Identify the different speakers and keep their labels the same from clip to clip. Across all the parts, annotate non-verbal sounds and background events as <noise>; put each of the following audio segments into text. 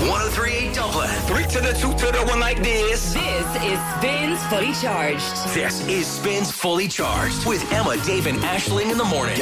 Speaker 1: 1038 Dublin. oh Three to the two to the one like this.
Speaker 2: This is Spins Fully Charged.
Speaker 1: This is Spins Fully Charged with Emma, Dave, and Ashling in the morning.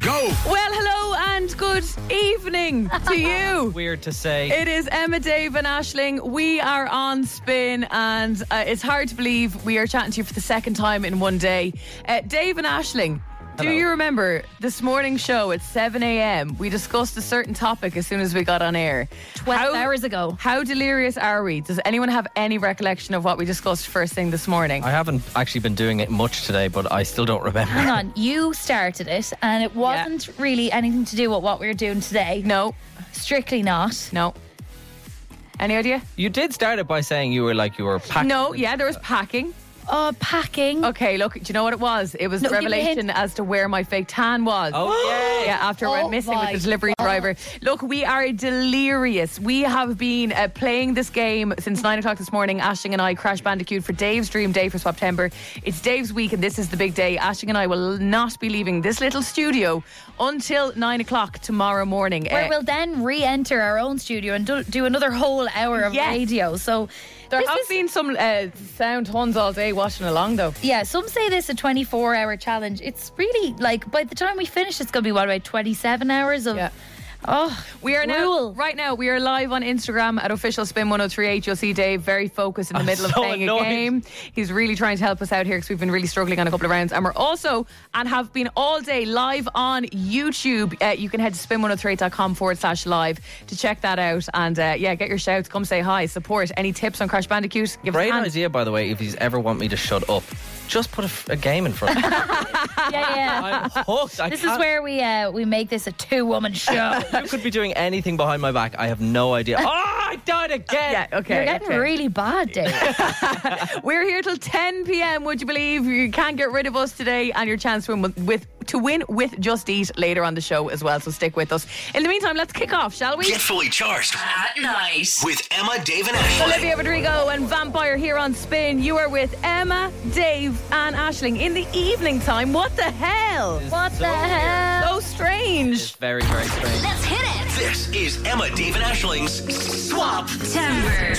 Speaker 1: Go!
Speaker 3: Well, hello and good evening
Speaker 4: <laughs>
Speaker 3: to you.
Speaker 5: Weird to say.
Speaker 3: It is Emma, Dave, and Ashling. We are on spin, and uh, it's hard to believe we are chatting to you for the second time in one day. Uh, Dave and Ashling, do
Speaker 5: Hello.
Speaker 3: you remember this morning's show at 7 a.m.? We discussed a certain topic as soon as we got on air.
Speaker 4: 12 hours ago.
Speaker 3: How delirious are we? Does anyone have any recollection of what we discussed first thing this morning?
Speaker 5: I haven't actually been doing it much today, but I still don't remember.
Speaker 4: Hang on, you started it, and it wasn't really anything to do with what we were doing today.
Speaker 3: no,
Speaker 4: Strictly not.
Speaker 3: no. Any idea?
Speaker 5: <laughs> You did start it by saying you were like you were packed.
Speaker 3: No, yeah, there
Speaker 5: uh,
Speaker 3: was packing.
Speaker 4: Oh, packing.
Speaker 3: Okay, look, do you know what it was? It was
Speaker 4: No, give me a
Speaker 3: revelation
Speaker 4: hint.
Speaker 3: as to where my fake tan was. <gasps>
Speaker 5: Oh, yay.
Speaker 3: Yeah, after I
Speaker 4: Oh
Speaker 3: went missing with
Speaker 4: my
Speaker 3: the delivery
Speaker 4: God.
Speaker 3: driver. Look, we are delirious. We have been uh, playing this game since 9 o'clock this morning. Ashing and I, Crash Bandicoot, for Dave's Dream Day for September. It's Dave's week and this is the big day. Ashing and I will not be leaving this little studio until 9 o'clock tomorrow morning.
Speaker 4: Where
Speaker 3: Uh,
Speaker 4: we'll then re enter our own studio and do, do another whole hour of
Speaker 3: Yes.
Speaker 4: radio. So,
Speaker 3: there
Speaker 4: this
Speaker 3: have
Speaker 4: is-
Speaker 3: been some uh, sound horns all day watching along, though.
Speaker 4: yeah, some say this a 24 hour challenge. It's really like by the time we finish, it's going to be what, about 27 hours of.
Speaker 3: Yeah.
Speaker 4: Oh,
Speaker 3: We are now
Speaker 4: Rule.
Speaker 3: right now. We are live on Instagram at official spin 1038. You'll see Dave very focused in the
Speaker 5: I'm
Speaker 3: middle of
Speaker 5: so
Speaker 3: playing
Speaker 5: annoyed.
Speaker 3: a game. He's really trying to help us out here because we've been really struggling on a couple of rounds, and we're also and have been all day live on YouTube. Uh, you can head to spin1038.com forward slash live to check that out, and uh, yeah, get your shouts, come say hi, support. Any tips on Crash Bandicoot? Give us a
Speaker 5: Great
Speaker 3: hand.
Speaker 5: idea, by the way, if you ever want me to shut up, just put a, f- a game in front of me.
Speaker 3: <laughs>
Speaker 4: yeah, yeah. <laughs>
Speaker 5: I'm hooked. I
Speaker 4: This is
Speaker 5: can't-
Speaker 4: where we uh, we make this a two woman show.
Speaker 5: You could be doing anything behind my back. I have
Speaker 4: <laughs>
Speaker 5: no idea. Oh, I died again.
Speaker 3: Yeah, <laughs> okay.
Speaker 4: You're getting
Speaker 3: okay.
Speaker 4: really
Speaker 3: <laughs>
Speaker 4: bad, Dave.
Speaker 3: We're here till 10 p.m. Would you believe you can't get rid of us today? And your chance to win with, with to win with Just Eat later on the show as well. So stick with us. In the meantime, let's kick off, shall we?
Speaker 1: Get fully charged
Speaker 2: At night.
Speaker 1: with Emma, Dave, and Ashling.
Speaker 3: Olivia Rodrigo and Vampire here on Spin. You are with Emma, Dave, and Ashling in the evening time. What the hell?
Speaker 4: What the
Speaker 3: So
Speaker 4: hell?
Speaker 3: strange.
Speaker 5: It's very, very strange.
Speaker 6: Let's hit it.
Speaker 1: This is Emma, Dave, and Ashling's Swap.
Speaker 6: Timber.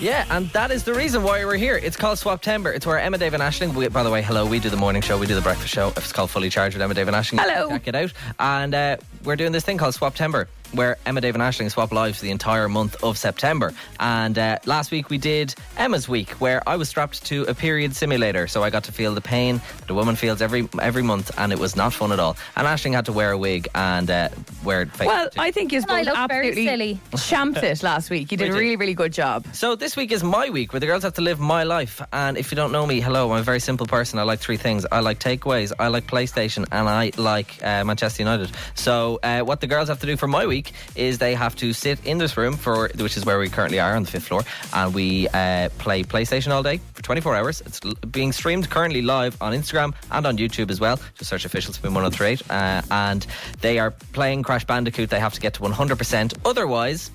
Speaker 5: Yeah, and that is the reason why we're here. It's called Swap Timber. It's where Emma, Dave, and Ashling. We, by the way, hello. We do the morning show. We do the breakfast show. It's called Fully Charged with Emma, Dave, and Ashling.
Speaker 3: Hello.
Speaker 5: Check it out. And uh, we're doing this thing called Swap Timber, where Emma, Dave, and Ashling swap lives the entire month of September. And uh, last week we did Emma's week, where I was strapped to a period simulator, so I got to feel the pain that a woman feels every every month, and it was not fun at all. And Ashling had to wear a wig and uh, wear fake.
Speaker 3: Well,
Speaker 5: too.
Speaker 3: I think you
Speaker 4: And I
Speaker 3: both
Speaker 4: look very
Speaker 3: absolutely <laughs>
Speaker 4: silly.
Speaker 3: champed it last week. You did
Speaker 5: We
Speaker 3: a
Speaker 5: did.
Speaker 3: really, really good job.
Speaker 5: So this week is my week where the girls have to live my life. And if you don't know me, hello, I'm a very simple person. I like three things: I like takeaways, I like PlayStation, and I like uh, Manchester United. So uh, what the girls have to do for my week is they have to sit in this room for, which is where we currently are on the fifth floor, and we uh, play PlayStation all day for 24 hours. It's l- being streamed currently live on Instagram and on YouTube as well. Just search official spin 1038, uh, and they are playing Crash Bandicoot. They have to get to 100%. Otherwise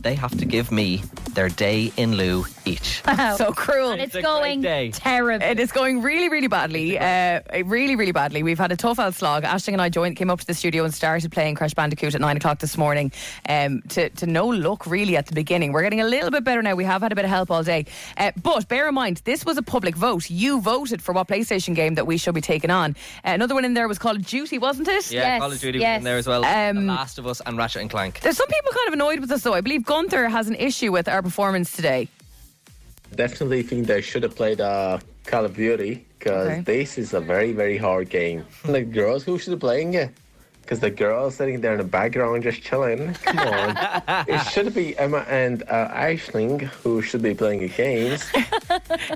Speaker 5: they have to give me their day in lieu
Speaker 3: <laughs>
Speaker 5: each.
Speaker 4: Wow.
Speaker 3: So cruel.
Speaker 4: Oh. And it's,
Speaker 5: a great
Speaker 4: going
Speaker 5: day.
Speaker 4: terrible.
Speaker 3: It is going really, really badly. Uh, really, really badly. We've had a tough old slog. Ashton and I joined, came up to the studio and started playing Crash Bandicoot at nine o'clock this morning. Um, to, to no luck really at the beginning. We're getting a little bit better now. We have had a bit of help all day, uh, but bear in mind this was a public vote. You voted for what PlayStation game that we should be taking on. Uh, another one in there was Call of Duty, wasn't it?
Speaker 5: yeah,
Speaker 4: Yes,
Speaker 5: Call of Duty was
Speaker 4: yes.
Speaker 5: in there as well.
Speaker 3: Um,
Speaker 5: the Last of Us and Ratchet and Clank.
Speaker 3: There's some people kind of annoyed with us though. I believe Gunther has an issue with our performance today.
Speaker 7: definitely think they should have played uh, Call of Duty because
Speaker 3: Okay.
Speaker 7: this is a very, very hard
Speaker 3: <laughs>
Speaker 7: game. And the girls who should be playing it because the girls sitting there in the background just chilling. Come
Speaker 3: <laughs>
Speaker 7: on. it should be Emma and uh, Aisling who should be playing the games.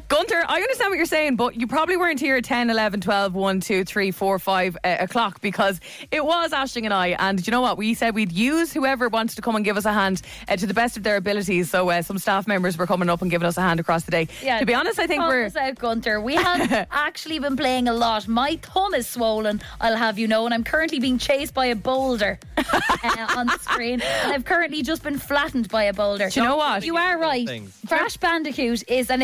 Speaker 3: Gunther, I understand what you're saying, but you probably weren't here at 10, 11, 12, 1, 2, 3, 4, 5 uh, o'clock because it was Ashling and I. And do you know what? We said we'd use whoever wanted to come and give us a hand uh, to the best of their abilities. So uh, some staff members were coming up and giving us a hand across the day. to be honest, I think
Speaker 4: call
Speaker 3: we're.
Speaker 4: us out, Gunther.
Speaker 3: <laughs>
Speaker 4: We have actually been playing a lot. My thumb is swollen. I'll have you know, and I'm currently being chased faced by a boulder uh, on the screen. And I've currently just been flattened by a boulder.
Speaker 3: Do you know what?
Speaker 4: You are right.
Speaker 5: Things.
Speaker 4: Crash Bandicoot is an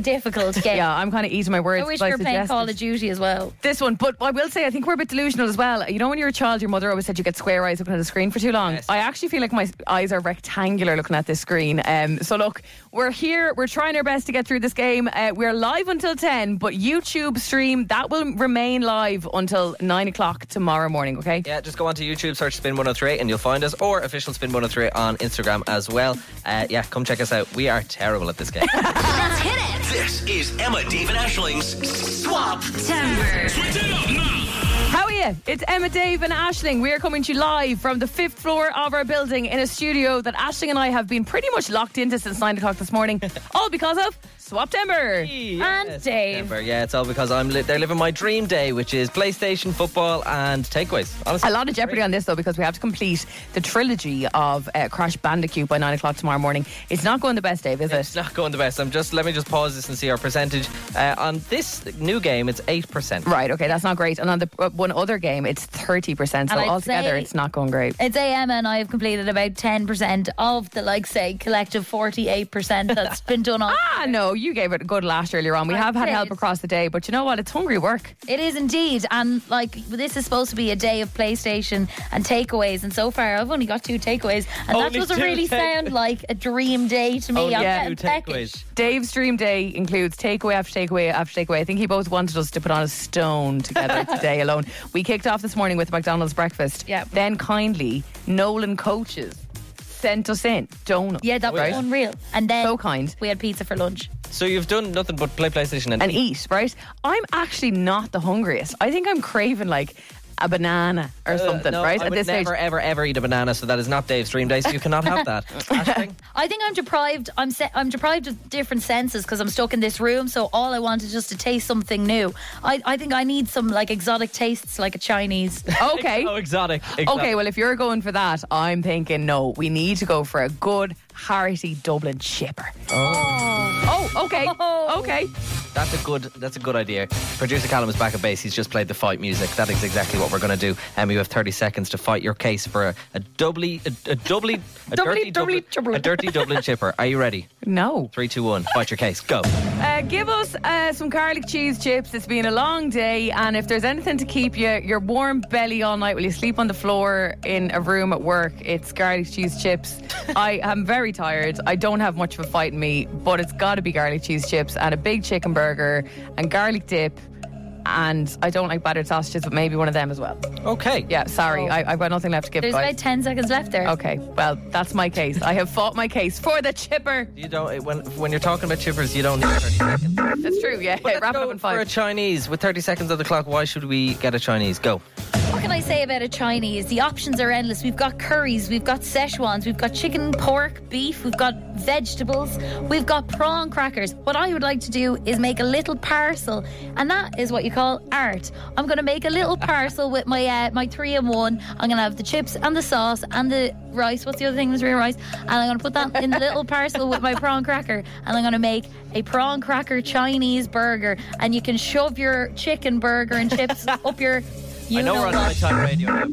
Speaker 3: <laughs>
Speaker 4: difficult game.
Speaker 3: Yeah, I'm kind of eating my words.
Speaker 4: I wish
Speaker 3: but
Speaker 4: we were playing
Speaker 3: suggested
Speaker 4: Call of Duty as well.
Speaker 3: This one, but I will say, I think we're a bit delusional as well. You know, when you're a child, your mother always said you get square eyes looking at a screen for too long.
Speaker 5: Yes.
Speaker 3: I actually feel like my s- eyes are rectangular looking at this screen. Um, so, look, we're here. We're trying our best to get through this game. Uh, we're live until 10, but YouTube stream, that will remain live until 9 o'clock tomorrow morning, okay?
Speaker 5: Yeah, just go onto YouTube, search Spin 103 and you'll find us, or official Spin 103 on Instagram as well. Uh, yeah, come check us out. We are terrible at
Speaker 3: <laughs>
Speaker 5: this game.
Speaker 2: Let's hit it.
Speaker 1: This is Emma, David, Ashling's Swap.
Speaker 2: September.
Speaker 3: How are you? It's Emma, Dave, and Ashling. We are coming to you live from the fifth floor of our building in a studio that Ashling and I have been pretty much locked into since 9 o'clock this
Speaker 5: <laughs>
Speaker 3: morning, all because of Swaptember.
Speaker 4: And Dave.
Speaker 5: September. Yeah, it's all because I'm li- they're living my dream day, which is PlayStation, football, and takeaways. Honestly,
Speaker 3: A lot of jeopardy on this though because we have to complete the trilogy of uh, Crash Bandicoot by nine o'clock tomorrow morning. It's not going the best, Dave, is
Speaker 5: <laughs> It's
Speaker 3: it?
Speaker 5: not going the best. I'm just let me just pause this and see our percentage uh, on this new game. It's eight percent.
Speaker 3: Right, okay, that's not great. And on the uh, one other game, it's thirty percent. So
Speaker 4: And I'd
Speaker 3: altogether,
Speaker 4: say-
Speaker 3: it's not going great.
Speaker 4: It's AM and I have completed about 10% of the, like, say, collective 48% that's been done on.
Speaker 3: <laughs> Ah, no, you gave it a good lash earlier on. We
Speaker 4: I
Speaker 3: have had
Speaker 4: did.
Speaker 3: help across the day, but you know what? It's hungry work.
Speaker 4: It is indeed. And, like, this is supposed to be a day of PlayStation and takeaways. And so far, I've only got two takeaways. And that
Speaker 5: Only
Speaker 4: doesn't
Speaker 5: two
Speaker 4: really
Speaker 5: takeaways.
Speaker 4: sound like a dream day to me.
Speaker 5: Only
Speaker 4: I'm
Speaker 3: yeah,
Speaker 4: getting
Speaker 5: two
Speaker 4: peckish.
Speaker 5: Oh, takeaways.
Speaker 3: Dave's dream day includes takeaway after takeaway after takeaway. I think he both wanted us to put on a stone
Speaker 4: <laughs>
Speaker 3: together today alone. We kicked off this morning with McDonald's breakfast.
Speaker 4: Yeah.
Speaker 3: Then kindly, Nolan Coaches sent us in donuts.
Speaker 4: Yeah, that was
Speaker 5: Right.
Speaker 4: unreal. And then
Speaker 3: So kind.
Speaker 4: we had pizza for lunch.
Speaker 5: So you've done nothing but play PlayStation and,
Speaker 3: and eat, right? I'm actually not the hungriest. I think I'm craving like a banana or
Speaker 5: Uh,
Speaker 3: something,
Speaker 5: no,
Speaker 3: right?
Speaker 5: I
Speaker 3: At
Speaker 5: would
Speaker 3: this
Speaker 5: never, <laughs>
Speaker 3: stage.
Speaker 5: ever, ever eat a banana. So that is not Dave's dream day. So you cannot
Speaker 3: <laughs>
Speaker 5: have that. Ashling?
Speaker 4: I think I'm deprived. I'm se- I'm deprived of different senses because I'm stuck in this room. So all I want is just to taste something new. I, I think I need some like exotic tastes, like a Chinese.
Speaker 3: Okay.
Speaker 5: <laughs> Oh, exotic. exotic.
Speaker 3: Okay, well, if you're going for that, I'm thinking no, we need to go for a good, hearty Dublin chipper. Oh,
Speaker 5: <laughs>
Speaker 3: okay,
Speaker 4: Oh.
Speaker 3: okay.
Speaker 5: That's a good. That's a good idea. Producer Callum is back at base. He's just played the fight music. That is exactly what we're going to do. And you have thirty seconds to fight your case for a, a doubly, a, a doubly, a
Speaker 3: Doubly, doubly,
Speaker 5: dirty, Dublin,
Speaker 3: triple.
Speaker 5: a dirty Dublin
Speaker 3: <laughs>
Speaker 5: chipper. Are you ready?
Speaker 3: No.
Speaker 5: Three, two, one. Fight your case. Go.
Speaker 3: Uh, give us uh, some garlic cheese chips. It's been a long day, and if there's anything to keep you your warm belly all night while you sleep on the floor in a room at work, it's garlic cheese
Speaker 5: <laughs>
Speaker 3: chips. I am very tired. I don't have much of a fight in me, but it's got to be garlic cheese chips and a big chicken burger and garlic dip. And I don't like battered sausages, but maybe one of them as well.
Speaker 5: Okay.
Speaker 3: Yeah, sorry,
Speaker 5: Oh.
Speaker 3: I, I've got nothing left to give.
Speaker 5: <laughs>
Speaker 4: There's
Speaker 3: guys.
Speaker 4: about ten seconds left there.
Speaker 3: okay, well that's my case. I have fought my case for the chipper.
Speaker 5: You don't. eh, When when you're talking about chippers, you don't need thirty seconds.
Speaker 3: That's true. Yeah,
Speaker 5: But let's
Speaker 3: wrap it
Speaker 5: go
Speaker 3: up in
Speaker 5: For a
Speaker 3: five.
Speaker 5: Chinese with thirty seconds on the clock, why should we get a Chinese? Go.
Speaker 4: What can I say about a Chinese? The options are endless. We've got curries, we've got Szechuans, we've got chicken, pork, beef, we've got vegetables, we've got prawn crackers. What I would like to do is make a little parcel, and that is what you call art. I'm going to make a little parcel with my uh, my three in one. I'm going to have the chips and the sauce and the rice. What's the other thing? There's real rice, and I'm going to put that in the little parcel with my prawn cracker, and I'm going to make a prawn cracker Chinese burger. And you can shove your chicken burger and
Speaker 5: <laughs>
Speaker 4: chips up your you
Speaker 5: I know, we're on
Speaker 4: what.
Speaker 5: nighttime radio now, but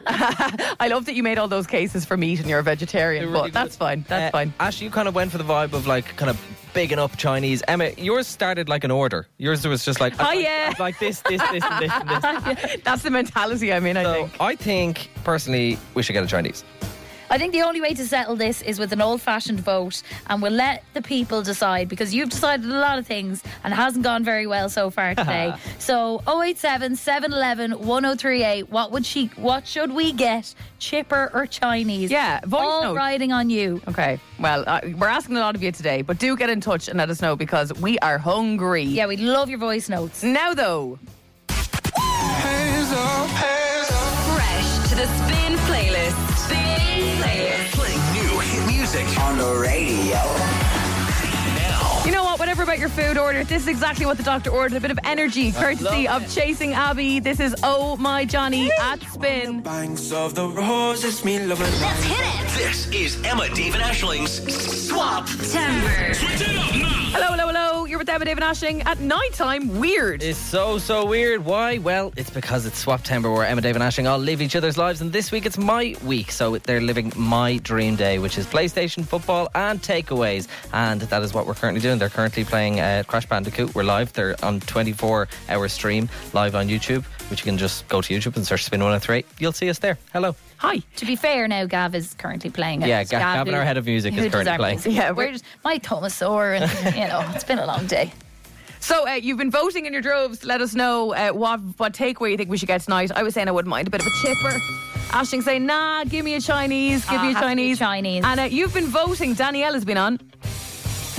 Speaker 5: relax.
Speaker 3: I love that you made all those cases for meat and you're a vegetarian,
Speaker 5: They're
Speaker 3: but
Speaker 5: really good.
Speaker 3: that's fine. That's
Speaker 5: Uh,
Speaker 3: fine.
Speaker 5: Ash, you kind of went for the vibe of like kind of bigging up Chinese. Emma, yours started like an order. Yours was just like, I'd
Speaker 3: Oh,
Speaker 5: like-
Speaker 3: yeah.
Speaker 5: I'd like this, this, this, and this,
Speaker 3: <laughs>
Speaker 5: and this.
Speaker 3: That's the mentality I'm in, I
Speaker 5: So
Speaker 3: think.
Speaker 5: I think personally we should get a Chinese.
Speaker 4: I think the only way to settle this is with an old fashioned vote, and we'll let the people decide because you've decided a lot of things and it hasn't gone very well so far
Speaker 5: <laughs>
Speaker 4: today. so 087 711 1038, what would she what should we get? Chipper or Chinese?
Speaker 3: Yeah, voice
Speaker 4: All
Speaker 3: note.
Speaker 4: riding on you.
Speaker 3: Okay, well, uh, we're asking a lot of you today, but do get in touch and let us know because we are hungry.
Speaker 4: Yeah, we love your voice notes.
Speaker 3: Now, though,
Speaker 2: Fresh to the Spin playlist. Spin playlist.
Speaker 1: Playing new hit music on the radio. Now,
Speaker 3: you know what? Whatever about your food order, this is exactly what the doctor ordered a bit of energy, courtesy of Chasing Abby. This is Oh My Johnny at Spin.
Speaker 6: Banks of the rose, it's me loving.
Speaker 2: Let's hit it.
Speaker 1: this is Emma, David, Ashling's Swap.
Speaker 2: September.
Speaker 3: Hello, hello, hello. You're with with Emma David Ashing at night time. Weird.
Speaker 5: It's so, so weird. Why? Well, it's because it's Swap Timber where Emma, Dave, and Ashing all live each other's lives, and this week it's my week. So they're living my dream day, which is PlayStation, football, and takeaways. And that is what we're currently doing. They're currently playing uh, Crash Bandicoot. We're live. They're on 24 hour stream live on YouTube, which you can just go to YouTube and search Spin 103. You'll see us there. Hello.
Speaker 3: Hi.
Speaker 4: To be fair, now Gav is currently playing it.
Speaker 5: Yeah, Ga-
Speaker 4: Gav,
Speaker 5: Gav and
Speaker 4: who-
Speaker 5: our head of music is
Speaker 4: who does
Speaker 5: currently
Speaker 4: our
Speaker 5: playing.
Speaker 3: <laughs>
Speaker 4: music.
Speaker 3: Yeah,
Speaker 4: we're
Speaker 3: we're-
Speaker 4: just, my thumb is sore, and you know it's been a long
Speaker 5: <laughs>
Speaker 4: day.
Speaker 3: So uh, you've been voting in your droves. Let us know uh, what what takeaway you think we should get tonight. I was saying I wouldn't mind a bit of a chipper. Ashing saying, nah, give me a Chinese, give
Speaker 4: Ah,
Speaker 3: me a
Speaker 4: has to be
Speaker 3: Chinese.
Speaker 4: Chinese.
Speaker 3: And uh, you've been voting. Danielle has been on.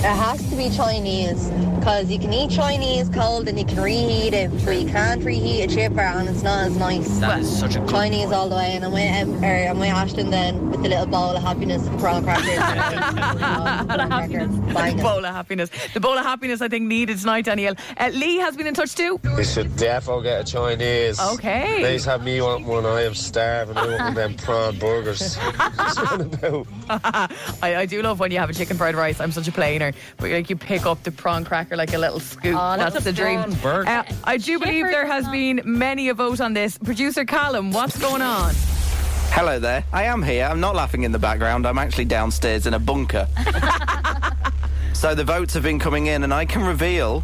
Speaker 8: It has to be Chinese because you can eat Chinese cold and you can reheat it, but you can't reheat a chipper and it's not as nice.
Speaker 5: That is such a good
Speaker 8: Chinese all the way, and I'm with, em- er, I'm with Ashton then with the little bowl of happiness and prawn crackers. <laughs> Bowl of happiness.
Speaker 3: The bowl of happiness. The bowl of happiness I think needed tonight, Danielle. Uh, Lee has been in touch too.
Speaker 9: They should defo get a Chinese.
Speaker 3: Okay.
Speaker 9: Please have me want one. I am starving. I want one of them prawn burgers. <laughs> It's all about.
Speaker 3: I, I do love when you have a chicken fried rice. I'm such a planer, but like you pick up the prawn cracker like a little scoop.
Speaker 4: Oh,
Speaker 3: That's
Speaker 4: that's
Speaker 3: the
Speaker 4: a
Speaker 3: dream.
Speaker 5: prawn burger.
Speaker 3: Uh, I do believe there has been many a vote on this. Producer Callum, what's going on?
Speaker 10: Hello there. I am here. I'm not laughing in the background. I'm actually downstairs in a bunker. so the votes have been coming in, and I can reveal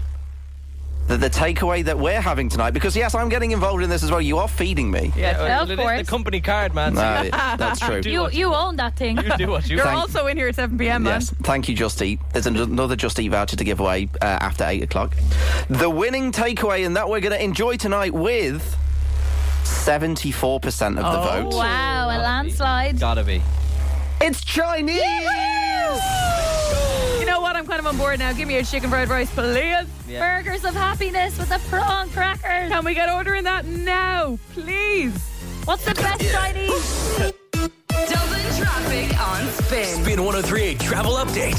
Speaker 10: that the takeaway that we're having tonight, because yes, I'm getting involved in this as well. You are feeding me.
Speaker 5: Yeah, well,
Speaker 4: of
Speaker 5: it is
Speaker 4: course.
Speaker 5: the company card, <laughs> man. So
Speaker 10: No, it- that's true.
Speaker 5: Do
Speaker 4: You
Speaker 5: what
Speaker 4: you own that thing.
Speaker 5: you do what you
Speaker 3: You're
Speaker 5: want.
Speaker 10: Thank-
Speaker 3: also in here at 7 p.m., man.
Speaker 10: Yes, thank you, Just Eat. There's an- another Just Eat voucher to give away uh, after eight o'clock. The winning takeaway, and that we're going to enjoy tonight with 74% of the vote.
Speaker 4: Wow, a landslide.
Speaker 5: Gotta be.
Speaker 10: It's Chinese!
Speaker 3: You know what? I'm kind of on board now. Give me a chicken fried rice, please.
Speaker 5: Yeah.
Speaker 4: Burgers of happiness with the prawn crackers.
Speaker 3: Can we get ordering that now, please?
Speaker 4: What's the best Chinese?
Speaker 2: Dublin traffic on spin.
Speaker 1: Spin 103 travel update.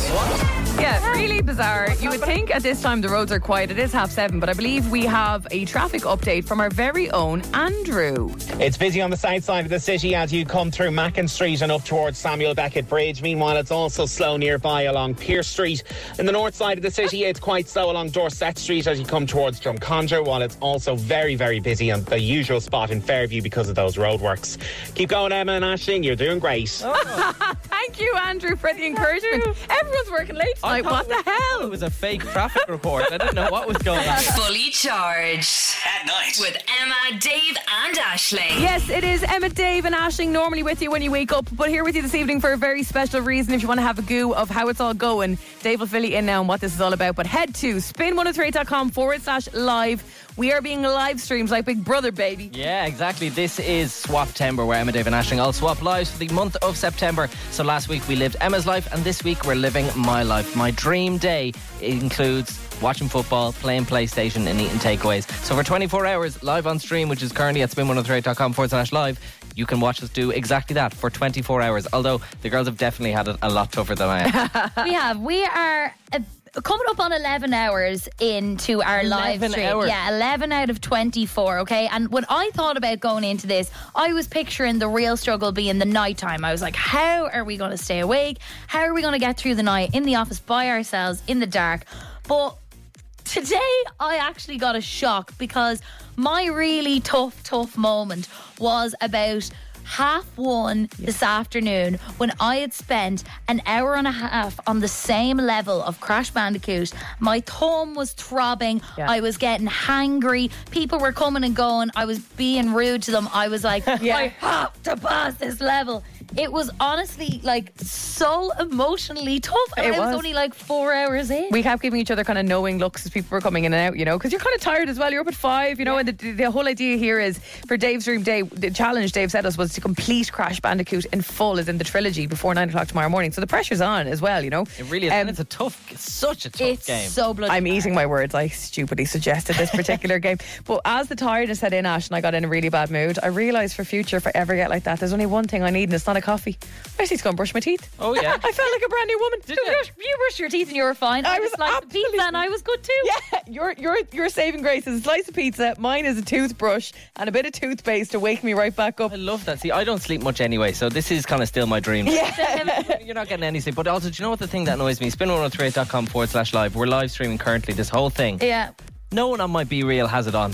Speaker 3: Yeah, really bizarre. You would think at this time the roads are quiet. It is half seven, but I believe we have a traffic update from our very own Andrew.
Speaker 11: It's busy on the south side of the city as you come through Mackin Street and up towards Samuel Beckett Bridge. Meanwhile, it's also slow nearby along Pierce Street. In the north side of the city, it's quite slow along Dorset Street as you come towards Drumcondra, while it's also very, very busy on the usual spot in Fairview because of those roadworks. Keep going, Emma and Ashling. You're doing great.
Speaker 3: Thank you, Andrew, for the encouragement. Everyone's working late
Speaker 5: I
Speaker 3: tonight. What
Speaker 5: thought
Speaker 3: the
Speaker 5: It
Speaker 3: hell?
Speaker 5: was a fake traffic report. I didn't know what was going on.
Speaker 2: Fully charged
Speaker 1: At night.
Speaker 2: with Emma, Dave, and Ashling.
Speaker 3: Yes, it is Emma, Dave, and Ashling normally with you when you wake up, but here with you this evening for a very special reason. If you want to have a goo of how it's all going, Dave will fill you in now on what this is all about. But head to spin103.com forward slash live. We are being live streams like Big Brother, baby.
Speaker 5: Yeah, exactly. This is Swap Timber, where Emma, Dave, and Ashling all swap lives for the month of September. So last week we lived Emma's life, and this week we're living my life. My dream day includes watching football, playing PlayStation, and eating takeaways. So for 24 hours live on stream, which is currently at spin103.com forward slash live, you can watch us do exactly that for 24 hours. Although the girls have definitely had it a lot tougher than I have.
Speaker 4: <laughs> we have. We are uh, coming up on 11 hours into our live
Speaker 5: 11
Speaker 4: stream.
Speaker 5: hours.
Speaker 4: Yeah, 11 out of 24, okay? And when I thought about going into this, I was picturing the real struggle being the nighttime. I was like, how are we going to stay awake? How are we going to get through the night in the office by ourselves in the dark? But today I actually got a shock because my really tough, tough moment was about half one this afternoon when I had spent an hour and a half on the same level of Crash Bandicoot. My thumb was throbbing.
Speaker 3: Yeah.
Speaker 4: I was getting hangry. People were coming and going. I was being rude to them. I was
Speaker 3: <laughs>
Speaker 4: like, I have to pass this level. It was honestly like so emotionally tough. And
Speaker 3: It
Speaker 4: I was,
Speaker 3: was.
Speaker 4: only like four hours in.
Speaker 3: we kept giving each other kind of knowing looks as people were coming in and out, you know, because you're kind of tired as well. You're up at five, you know, and the, the whole idea here is for Dave's Dream Day, the challenge Dave said us was to complete Crash Bandicoot in full, as in the trilogy, before nine o'clock tomorrow morning. So the pressure's on as well, you know.
Speaker 5: It really is.
Speaker 3: Um,
Speaker 5: and it's a tough, it's such a tough
Speaker 4: it's
Speaker 5: game.
Speaker 4: so bloody.
Speaker 3: I'm
Speaker 4: hard.
Speaker 3: eating my words. I stupidly suggested this particular game. But as the tiredness set in, Ash, and I got in a really bad mood, I realised for future, if I ever get like that, there's only one thing I need, and it's not on a coffee. I was just going to brush my teeth.
Speaker 5: Oh, yeah.
Speaker 3: <laughs> I felt like a brand new woman.
Speaker 4: Did you? brush- You brushed your teeth and you were fine. I, was like the pizza and I was good too.
Speaker 3: Yeah, <laughs> your your your saving grace is a slice of pizza. Mine is a toothbrush and a bit of toothpaste to wake me right back up.
Speaker 5: I love that. See, I don't sleep much anyway, so this is kind of still my dream.
Speaker 3: <laughs> Yeah.
Speaker 5: You're not getting any sleep. But also, do you know what the thing that annoys me? Spin1038.com forward slash live. We're live streaming currently this whole thing.
Speaker 4: Yeah.
Speaker 5: No one on my Be Real has it on.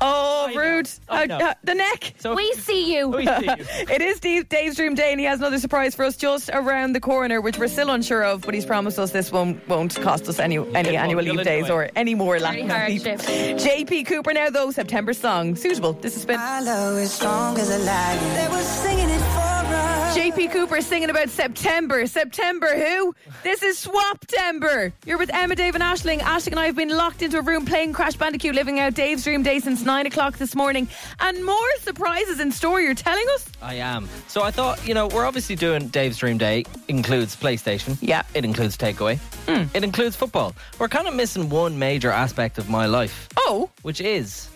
Speaker 3: Oh, rude!
Speaker 5: I know.
Speaker 3: Uh, uh, the neck.
Speaker 5: So <laughs>
Speaker 4: We see you.
Speaker 5: We see you.
Speaker 3: It is Dave, Dave's dream day, and he has another surprise for us just around the corner, which we're still unsure of. But he's promised us this one won't cost us any any
Speaker 5: won't.
Speaker 3: annual
Speaker 5: You'll
Speaker 3: leave days
Speaker 5: enjoy
Speaker 3: or
Speaker 5: it.
Speaker 3: any more lack
Speaker 4: Very
Speaker 3: of
Speaker 4: hard
Speaker 3: leave.
Speaker 4: shift.
Speaker 3: JP Cooper now though September song suitable. This has been
Speaker 12: My love is strong as a lion. They were singing it for us.
Speaker 3: JP Cooper singing about September. September who? This is Swaptember. You're with Emma, Dave, and Ashling. Ashling and I have been locked into a room playing Crash Bandicoot, living out Dave's dream day since nine o'clock this morning, and more surprises in store. You're telling us?
Speaker 5: I am. So I thought, you know, we're obviously doing Dave's Dream Day includes PlayStation.
Speaker 3: Yeah.
Speaker 5: It includes takeaway. It includes football. We're kind of missing one major aspect of my life,
Speaker 3: Oh,
Speaker 5: which is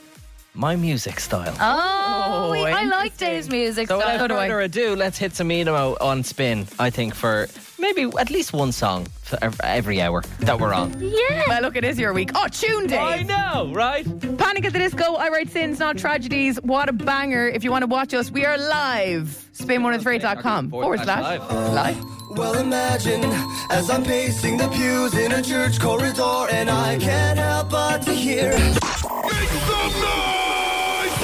Speaker 5: my music style.
Speaker 4: Oh,
Speaker 3: Oh,
Speaker 4: we- I like
Speaker 3: interesting.
Speaker 4: Dave's music.
Speaker 5: So
Speaker 4: style.
Speaker 5: without further ado, let's hit some Eno on spin. I think for maybe at least one song for ev- every hour that we're on.
Speaker 4: yeah.
Speaker 3: well, look, it is your week. Oh, tune day.
Speaker 5: I know, right?
Speaker 3: Panic at the Disco, I Write Sins, Not Tragedies. What a banger. If you want to watch us, we are live. Spin103.com forward slash live.
Speaker 12: Well, imagine as I'm pacing the pews in a church corridor, and I can't help but to hear.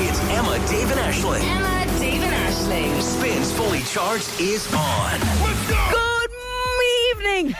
Speaker 1: It's Emma, Dave, and Ashling.
Speaker 2: Emma, Dave, and Ashling.
Speaker 1: Spins Fully Charged is on.
Speaker 3: Good evening. <laughs>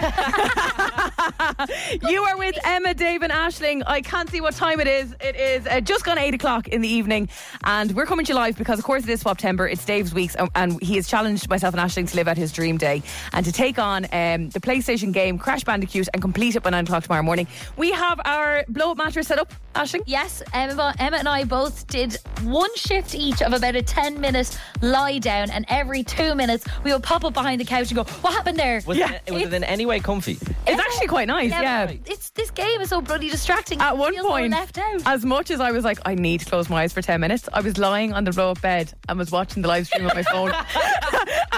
Speaker 3: you are with Emma, Dave, and Ashling. I can't see what time it is. It is uh, just gone eight o'clock in the evening, and we're coming to you live because, of course, it is Swaptember. It's Dave's weeks, and- and he has challenged myself and Ashling to live out his dream day and to take on um, the PlayStation game Crash Bandicoot and complete it by nine o'clock tomorrow morning. We have our blow up mattress set up, Ashling.
Speaker 4: Yes, Emma, Emma and I both did one shift each of about a 10 minute lie down, and every two minutes we would pop up behind the couch and go, What happened there?
Speaker 5: Was,
Speaker 3: Yeah.
Speaker 5: it, was it in any way comfy?
Speaker 3: It's actually quite nice. yeah.
Speaker 4: but It's, this game is so bloody distracting.
Speaker 3: At
Speaker 4: You
Speaker 3: one
Speaker 4: feel so
Speaker 3: point,
Speaker 4: left out.
Speaker 3: as much as I was like, I need to close my eyes for 10 minutes, I was lying on the blow up bed and was watching the live stream on my phone. <laughs> and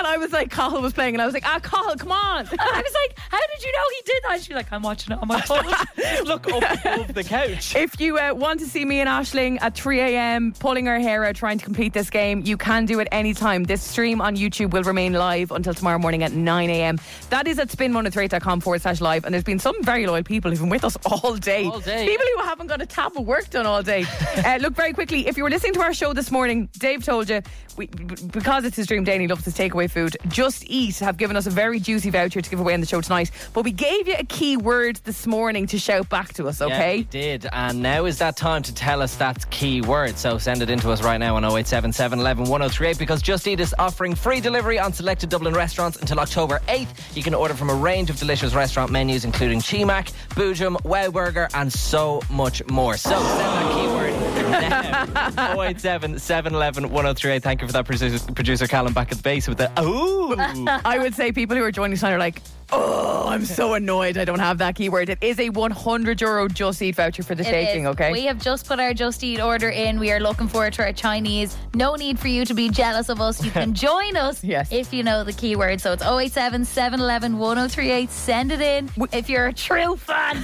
Speaker 3: I was like, Cahill was playing, and I was like, ah, Cahill, come on.
Speaker 4: And I was like, How did you know he did that? She's like, I'm watching it
Speaker 3: <laughs>
Speaker 4: on my phone.
Speaker 5: Look up above the couch.
Speaker 3: If you uh, want to see me and Ashling at 3 a.m. pulling our hair out trying to complete this game, you can do it anytime. This stream on YouTube will remain live until tomorrow morning at 9 a.m. That is at spin103.com forward slash live. And there's been some very loyal people who've been with us all day.
Speaker 5: All day,
Speaker 3: People who haven't got a tap of work done all
Speaker 5: <laughs>
Speaker 3: day. uh, look, very quickly, if you were listening to our show this morning, Dave told you, we, b- because it's his dream day and he loves his takeaway food, Just Eat have given us a very juicy voucher to give away on the show tonight. But we gave you a key word this morning to shout back to us,
Speaker 5: Yeah,
Speaker 3: okay?
Speaker 5: you did. And now is that time to tell us that key word. So send it in to us right now on 0877 11 1038 because Just Eat is offering free delivery on selected Dublin restaurants until October 8th. You can order from a range of delicious restaurant menus, including Chimac, Boojum, Wow Burger, and so much more. So send that
Speaker 3: <laughs>
Speaker 5: keyword now. 087 711 1038. Thank you for that, producer, producer Callum, back at the base with the. Ooh!
Speaker 3: I would say people who are joining tonight are like, oh, I'm so annoyed I don't have that keyword. It is a 100 euro Just Eat voucher for the
Speaker 4: It
Speaker 3: taking,
Speaker 4: is.
Speaker 3: okay?
Speaker 4: We have just put our Just Eat order in. We are looking forward to our Chinese. No need for you to be jealous of us. You can join us
Speaker 3: Yes.
Speaker 4: if you know the keyword. So it's 087 711 1038. Send it in if you're a true fan.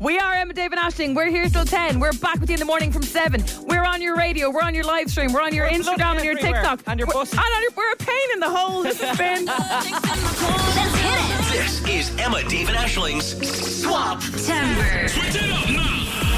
Speaker 3: We are Emma, Dave, and Ashling. We're here till 10. We're back with you in the morning from 7. We're on your radio. We're on your live stream. We're on your Instagram and your
Speaker 5: everywhere.
Speaker 3: TikTok.
Speaker 5: And your
Speaker 3: We're-
Speaker 5: buses.
Speaker 3: And on your, we're a pain in the hole. This has
Speaker 5: <laughs>
Speaker 3: been.
Speaker 2: Let's hit it.
Speaker 1: This is Emma, Dave, and Ashling's Swap.
Speaker 2: Timber.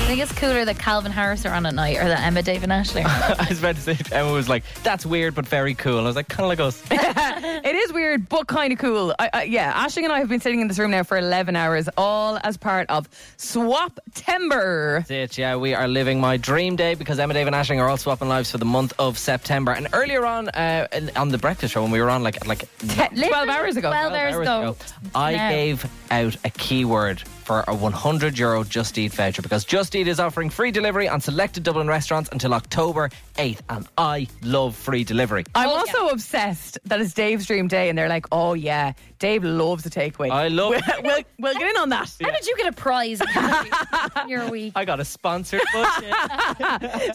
Speaker 4: I think it's cooler that Calvin Harris are on at night or that Emma, Dave, and Ashley. are on.
Speaker 5: <laughs> I was about to say, Emma was like, that's weird but very cool. I was like, kind of like <laughs> us.
Speaker 3: It is weird, but kind of cool. I, I, yeah, Ashling and I have been sitting in this room now for 11 hours, all as part of Swap Timber.
Speaker 5: That's it, yeah. We are living my dream day because Emma, Dave, and Ashling are all swapping lives for the month of September. And earlier on, uh, in- on the breakfast show, when we were on like like
Speaker 3: 12 hours ago.
Speaker 4: 12 hours ago.
Speaker 5: I
Speaker 4: No.
Speaker 5: gave out a keyword for a 100 euro Just Eat voucher because Just Eat is offering free delivery on selected Dublin restaurants until October 8th, and I love free delivery.
Speaker 3: I'm also obsessed that it's Dave's dream day, and they're like, "Oh yeah, Dave loves a takeaway." I <laughs>
Speaker 5: love <laughs>
Speaker 3: We'll,
Speaker 5: it.
Speaker 3: we'll, we'll get in on that.
Speaker 4: How did you get a prize? You're weak.
Speaker 5: I got a <laughs> sponsored budget.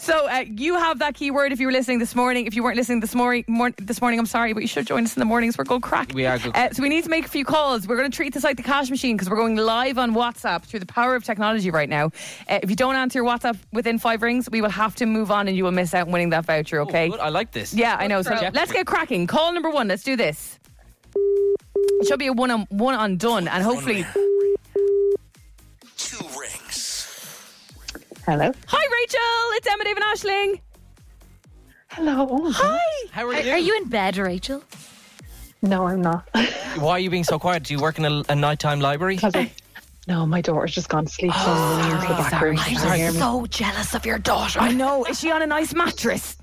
Speaker 3: <laughs> so uh, you have that keyword if you were listening this morning. If you weren't listening this morning, mor- this morning, I'm sorry, but you should join us in the mornings. We're good crack.
Speaker 5: We are good
Speaker 3: Uh, so we need to make a few calls. We're going to treat this like the cash machine because we're going live on WhatsApp through the power of technology right now. Uh, if you don't answer your WhatsApp within five rings, we will have to move on and you will miss out on winning that voucher. Okay?
Speaker 5: Oh, good. I like this.
Speaker 3: Yeah, I know. So
Speaker 5: Good.
Speaker 3: let's get cracking. Call number one. Let's do this. It should be a one on one on done, and hopefully.
Speaker 1: Two rings.
Speaker 13: Hello.
Speaker 3: Hi, Rachel. It's Emma, Dave, and Ashling.
Speaker 13: Hello.
Speaker 3: Hi.
Speaker 5: How are
Speaker 4: Are,
Speaker 5: you?
Speaker 4: you in bed, Rachel?
Speaker 13: No, I'm not. <laughs>
Speaker 5: Why are you being so quiet? Do you work in a, a nighttime library?
Speaker 13: No, my daughter's just gone to sleep. so I'm running into the back room. She doesn't hear me.
Speaker 3: so jealous of your daughter. I know. Is she on a nice mattress?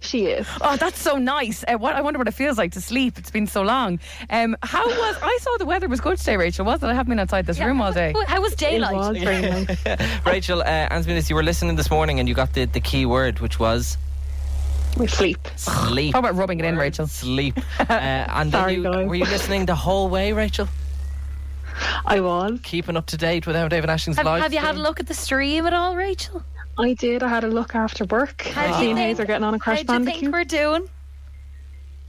Speaker 13: She is.
Speaker 3: Oh, that's so nice. Uh, what I wonder what it feels like to sleep. It's been so long. Um, how was? I saw the weather was good today, Rachel. Was it? I haven't been outside this room all day.
Speaker 4: Who- How was daylight?
Speaker 5: Rachel, uh, answer me this. You were listening this morning and you got the, the key word, which was
Speaker 13: we sleep.
Speaker 5: Sleep.
Speaker 3: How about rubbing it in, Rachel?
Speaker 5: Sleep. Uh, and then
Speaker 13: Sorry,
Speaker 5: you,
Speaker 13: guys.
Speaker 5: were you listening the whole way, Rachel?
Speaker 13: I was.
Speaker 5: Keeping up to date with how David Ashing's
Speaker 4: Have,
Speaker 5: live.
Speaker 4: have you had a
Speaker 5: stream?
Speaker 4: look at the stream at all, Rachel?
Speaker 13: I did. I had a look after work.
Speaker 4: How do you
Speaker 13: Seeing how
Speaker 4: think-
Speaker 13: they're getting on a Crash
Speaker 4: How do you
Speaker 13: Bandicoot.
Speaker 4: think we're doing?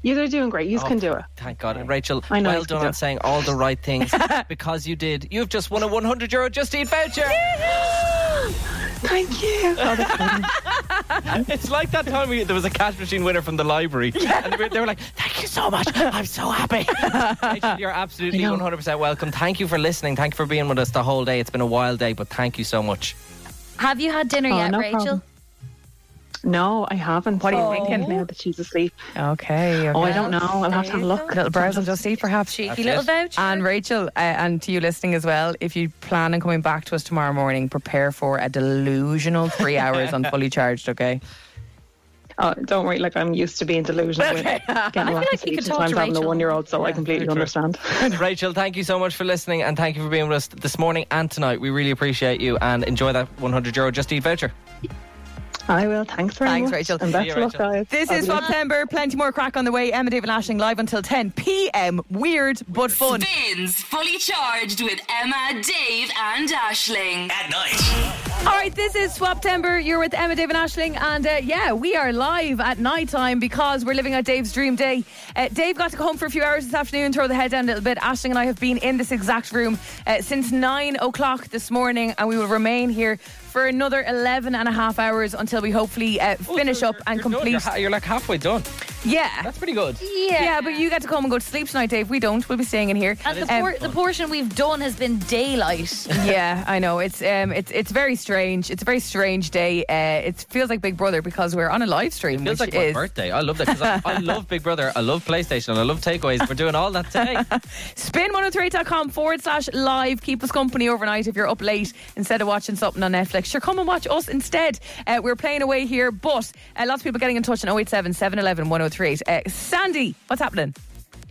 Speaker 13: You are doing great. You
Speaker 5: Oh,
Speaker 13: can do it.
Speaker 5: Thank God. And Rachel,
Speaker 13: I know
Speaker 5: well
Speaker 13: you can
Speaker 5: done
Speaker 13: do
Speaker 5: on
Speaker 13: it.
Speaker 5: saying all the right things because you did. You've just won a 100 euro Just Eat voucher.
Speaker 13: Thank you. Oh, that's funny.
Speaker 5: it's like that time we, there was a cash machine winner from the library. <laughs> And they were, they were like, thank you so much. I'm so <laughs> happy. Rachel, you're absolutely 100% welcome. Thank you for listening. Thank you for being with us the whole day. It's been a wild day, but thank you so much.
Speaker 4: Have you had dinner
Speaker 13: Oh,
Speaker 4: yet,
Speaker 13: no
Speaker 4: Rachel?
Speaker 13: problem. no, I haven't.
Speaker 3: What are you
Speaker 13: So,
Speaker 3: thinking?
Speaker 13: Now that she's asleep.
Speaker 3: Okay.
Speaker 13: Oh, I don't know. I'll have to have a look.
Speaker 3: A little browse on Just Eat, perhaps.
Speaker 4: Cheeky little voucher.
Speaker 3: And Rachel, uh, and to you listening as well, if you plan on coming back to us tomorrow morning, prepare for a delusional three hours on fully charged. Okay.
Speaker 13: Oh, don't worry. Like I'm used to being delusional. with Getting a
Speaker 4: feel
Speaker 13: lot
Speaker 4: like
Speaker 13: of
Speaker 4: you
Speaker 13: sleep.
Speaker 4: could talk
Speaker 13: Sometimes
Speaker 4: to
Speaker 13: having a
Speaker 4: Rachel.
Speaker 13: one-year-old, so I completely understand. <laughs>
Speaker 5: Rachel, thank you so much for listening and thank you for being with us this morning and tonight. We really appreciate you and enjoy that 100 euro Just Eat voucher.
Speaker 13: I will. Thanks very
Speaker 3: Thanks,
Speaker 13: much.
Speaker 3: Rachel.
Speaker 13: And
Speaker 5: See
Speaker 13: best
Speaker 5: you,
Speaker 13: of luck,
Speaker 5: Rachel.
Speaker 13: guys.
Speaker 3: This
Speaker 13: Have
Speaker 3: is
Speaker 13: a good-
Speaker 3: September. Plenty more crack on the way. Emma David Lashing live until 10 p.m. Weird but fun.
Speaker 2: Spins fully charged with Emma, Dave, and Ashling.
Speaker 1: At night.
Speaker 3: All right, this is Swaptember. You're with Emma, Dave, and Ashling, and uh, yeah, we are live at night time because we're living out Dave's dream day. Uh, Dave got to go home for a few hours this afternoon, throw the head down a little bit. Ashling and I have been in this exact room uh, since nine o'clock this morning, and we will remain here for another 11 and a half hours until we hopefully uh, finish up and
Speaker 5: Oh, You're done.
Speaker 3: complete.
Speaker 5: You're, ha- you're like halfway done.
Speaker 3: yeah.
Speaker 5: That's pretty good.
Speaker 4: Yeah.
Speaker 3: Yeah, but you got to come and go to sleep tonight, Dave. We don't. We'll be staying in here.
Speaker 4: And the,
Speaker 3: Um,
Speaker 4: por- the portion we've done has been daylight.
Speaker 3: <laughs> yeah, I know. It's um, it's it's very strange. It's a very strange day. Uh, it feels like Big Brother because we're on a live stream.
Speaker 5: Feels
Speaker 3: which
Speaker 5: like my
Speaker 3: is
Speaker 5: birthday. I love that because I, I love Big Brother. I love PlayStation. and I love takeaways. We're doing all that today. <laughs>
Speaker 3: spin103.com forward slash live. Keep us company overnight if you're up late instead of watching something on Netflix. Sure, come and watch us instead. Uh, we're playing away here, but uh, lots of people getting in touch on 087 711 1038. Uh, Sandy, what's happening?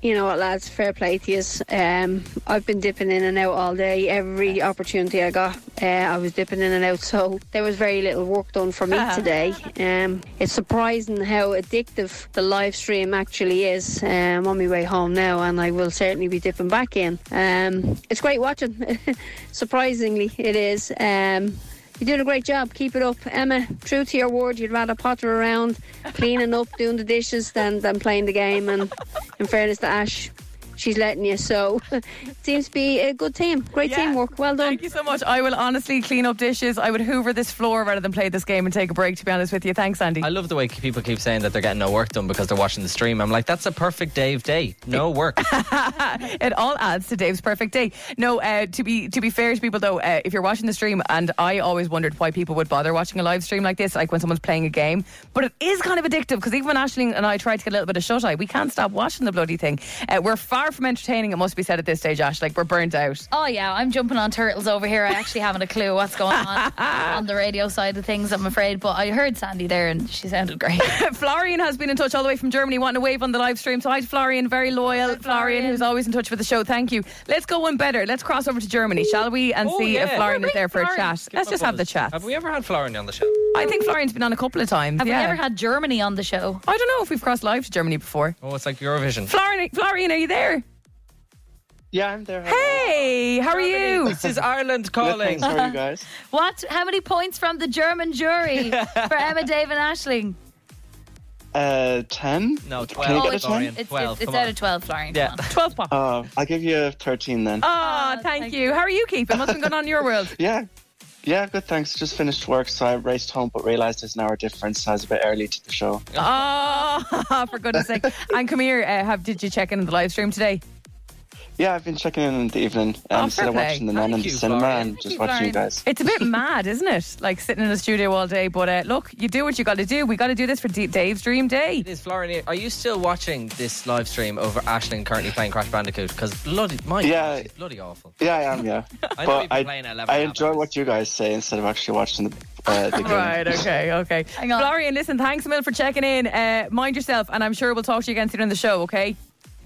Speaker 14: You know what, lads? Fair play to you. Um, I've been dipping in and out all day. Every opportunity I got, uh, I was dipping in and out. So there was very little work done for me today. Um, it's surprising how addictive the live stream actually is. Um, I'm on my way home now, and I will certainly be dipping back in. Um, it's great watching. <laughs> Surprisingly, it is. Um, you're doing a great job. Keep it up, Emma. True to your word, you'd rather potter around, cleaning up, doing the dishes than than playing the game. And in fairness to Ash, she's letting you. So <laughs> seems to be a good team. Great
Speaker 3: Yeah.
Speaker 14: teamwork. Well done.
Speaker 3: Thank you so much. I will honestly clean up dishes. I would hoover this floor rather than play this game and take a break, to be honest with you. Thanks, Sandy.
Speaker 5: I love the way people keep saying that they're getting no work done because they're watching the stream. I'm like, that's a perfect Dave day.
Speaker 3: <laughs>
Speaker 5: No work.
Speaker 3: it all adds to Dave's perfect day. No, uh, to be to be fair to people though, uh, if you're watching the stream, and I always wondered why people would bother watching a live stream like this, like when someone's playing a game. But it is kind of addictive because even when Ashling and I tried to get a little bit of shut eye, we can't stop watching the bloody thing. Uh, we're far far from entertaining, it must be said at this stage, Ash. Like, we're burnt out.
Speaker 4: Oh yeah, I'm jumping on turtles over here. I actually haven't a clue what's going on on the radio side of things. I'm afraid, but I heard Sandy there and she sounded great.
Speaker 3: <laughs> Florian has been in touch all the way from Germany, wanting to wave on the live stream. So hi, to Florian, very loyal. Florian. who's always in touch with the show. Thank you. Let's go one better. Let's cross over to Germany, shall we? And
Speaker 5: Oh,
Speaker 3: see
Speaker 5: yeah.
Speaker 3: if Florian
Speaker 5: Yeah,
Speaker 3: is there for a
Speaker 5: bring
Speaker 3: chat.
Speaker 5: Give
Speaker 3: Let's
Speaker 5: him
Speaker 3: just
Speaker 5: a
Speaker 3: have the
Speaker 5: buzz.
Speaker 3: chat.
Speaker 5: Have we ever had Florian on the show?
Speaker 3: I think Florian's been on a couple of times.
Speaker 4: Have
Speaker 3: yeah.
Speaker 4: we ever had Germany on the show?
Speaker 3: I don't know if we've crossed live to Germany before.
Speaker 5: Oh, it's like Eurovision.
Speaker 3: Florian, Florian, are you there?
Speaker 15: Yeah, I'm there.
Speaker 3: Hey, how are you?
Speaker 5: This is Ireland calling. <laughs>
Speaker 15: How are you
Speaker 3: <laughs>
Speaker 15: guys?
Speaker 4: What? How many points from the German jury for Emma, Dave, and Ashling?
Speaker 15: Uh, 10?
Speaker 5: No,
Speaker 15: Can I
Speaker 4: Oh,
Speaker 15: get a
Speaker 4: it's,
Speaker 15: 10?
Speaker 4: it's, it's, it's out of twelve, Florian.
Speaker 15: Yeah.
Speaker 3: 12 points.
Speaker 15: Uh, I'll give you 13 then.
Speaker 4: Ah,
Speaker 3: Oh, thank, you. How are you keeping? What's been going on in your
Speaker 4: <laughs>
Speaker 3: world?
Speaker 15: Yeah. Yeah, good, thanks. Just finished work, so I raced home, but realised there's an hour difference, so I was a bit early to the show.
Speaker 3: Oh, <laughs> for goodness sake. And come here, uh, have, did you check in on the live stream today?
Speaker 15: Yeah, I've been checking in in the evening
Speaker 3: Oh,
Speaker 15: um, instead of
Speaker 3: fair play.
Speaker 15: watching the men in the cinema and just watching you guys.
Speaker 3: It's a
Speaker 4: <laughs>
Speaker 3: bit mad, isn't it? Like sitting in the studio all day. But uh, look, you do what you got to do. We got to do this for D- Dave's dream day.
Speaker 5: It is Florian. Are you still watching this live stream over Ashling currently playing Crash Bandicoot? Because bloody my
Speaker 15: Yeah.
Speaker 5: yeah, it's bloody awful.
Speaker 15: Yeah, I am. Yeah,
Speaker 5: <laughs> I know you've been
Speaker 15: I,
Speaker 5: playing at 11
Speaker 15: I enjoy what you guys say instead of actually watching the, uh,
Speaker 5: <laughs>
Speaker 15: the game.
Speaker 3: Right, okay, okay. Florian, listen, thanks a million for checking in. Uh, mind yourself, and I'm sure we'll talk to you again soon on the show, okay?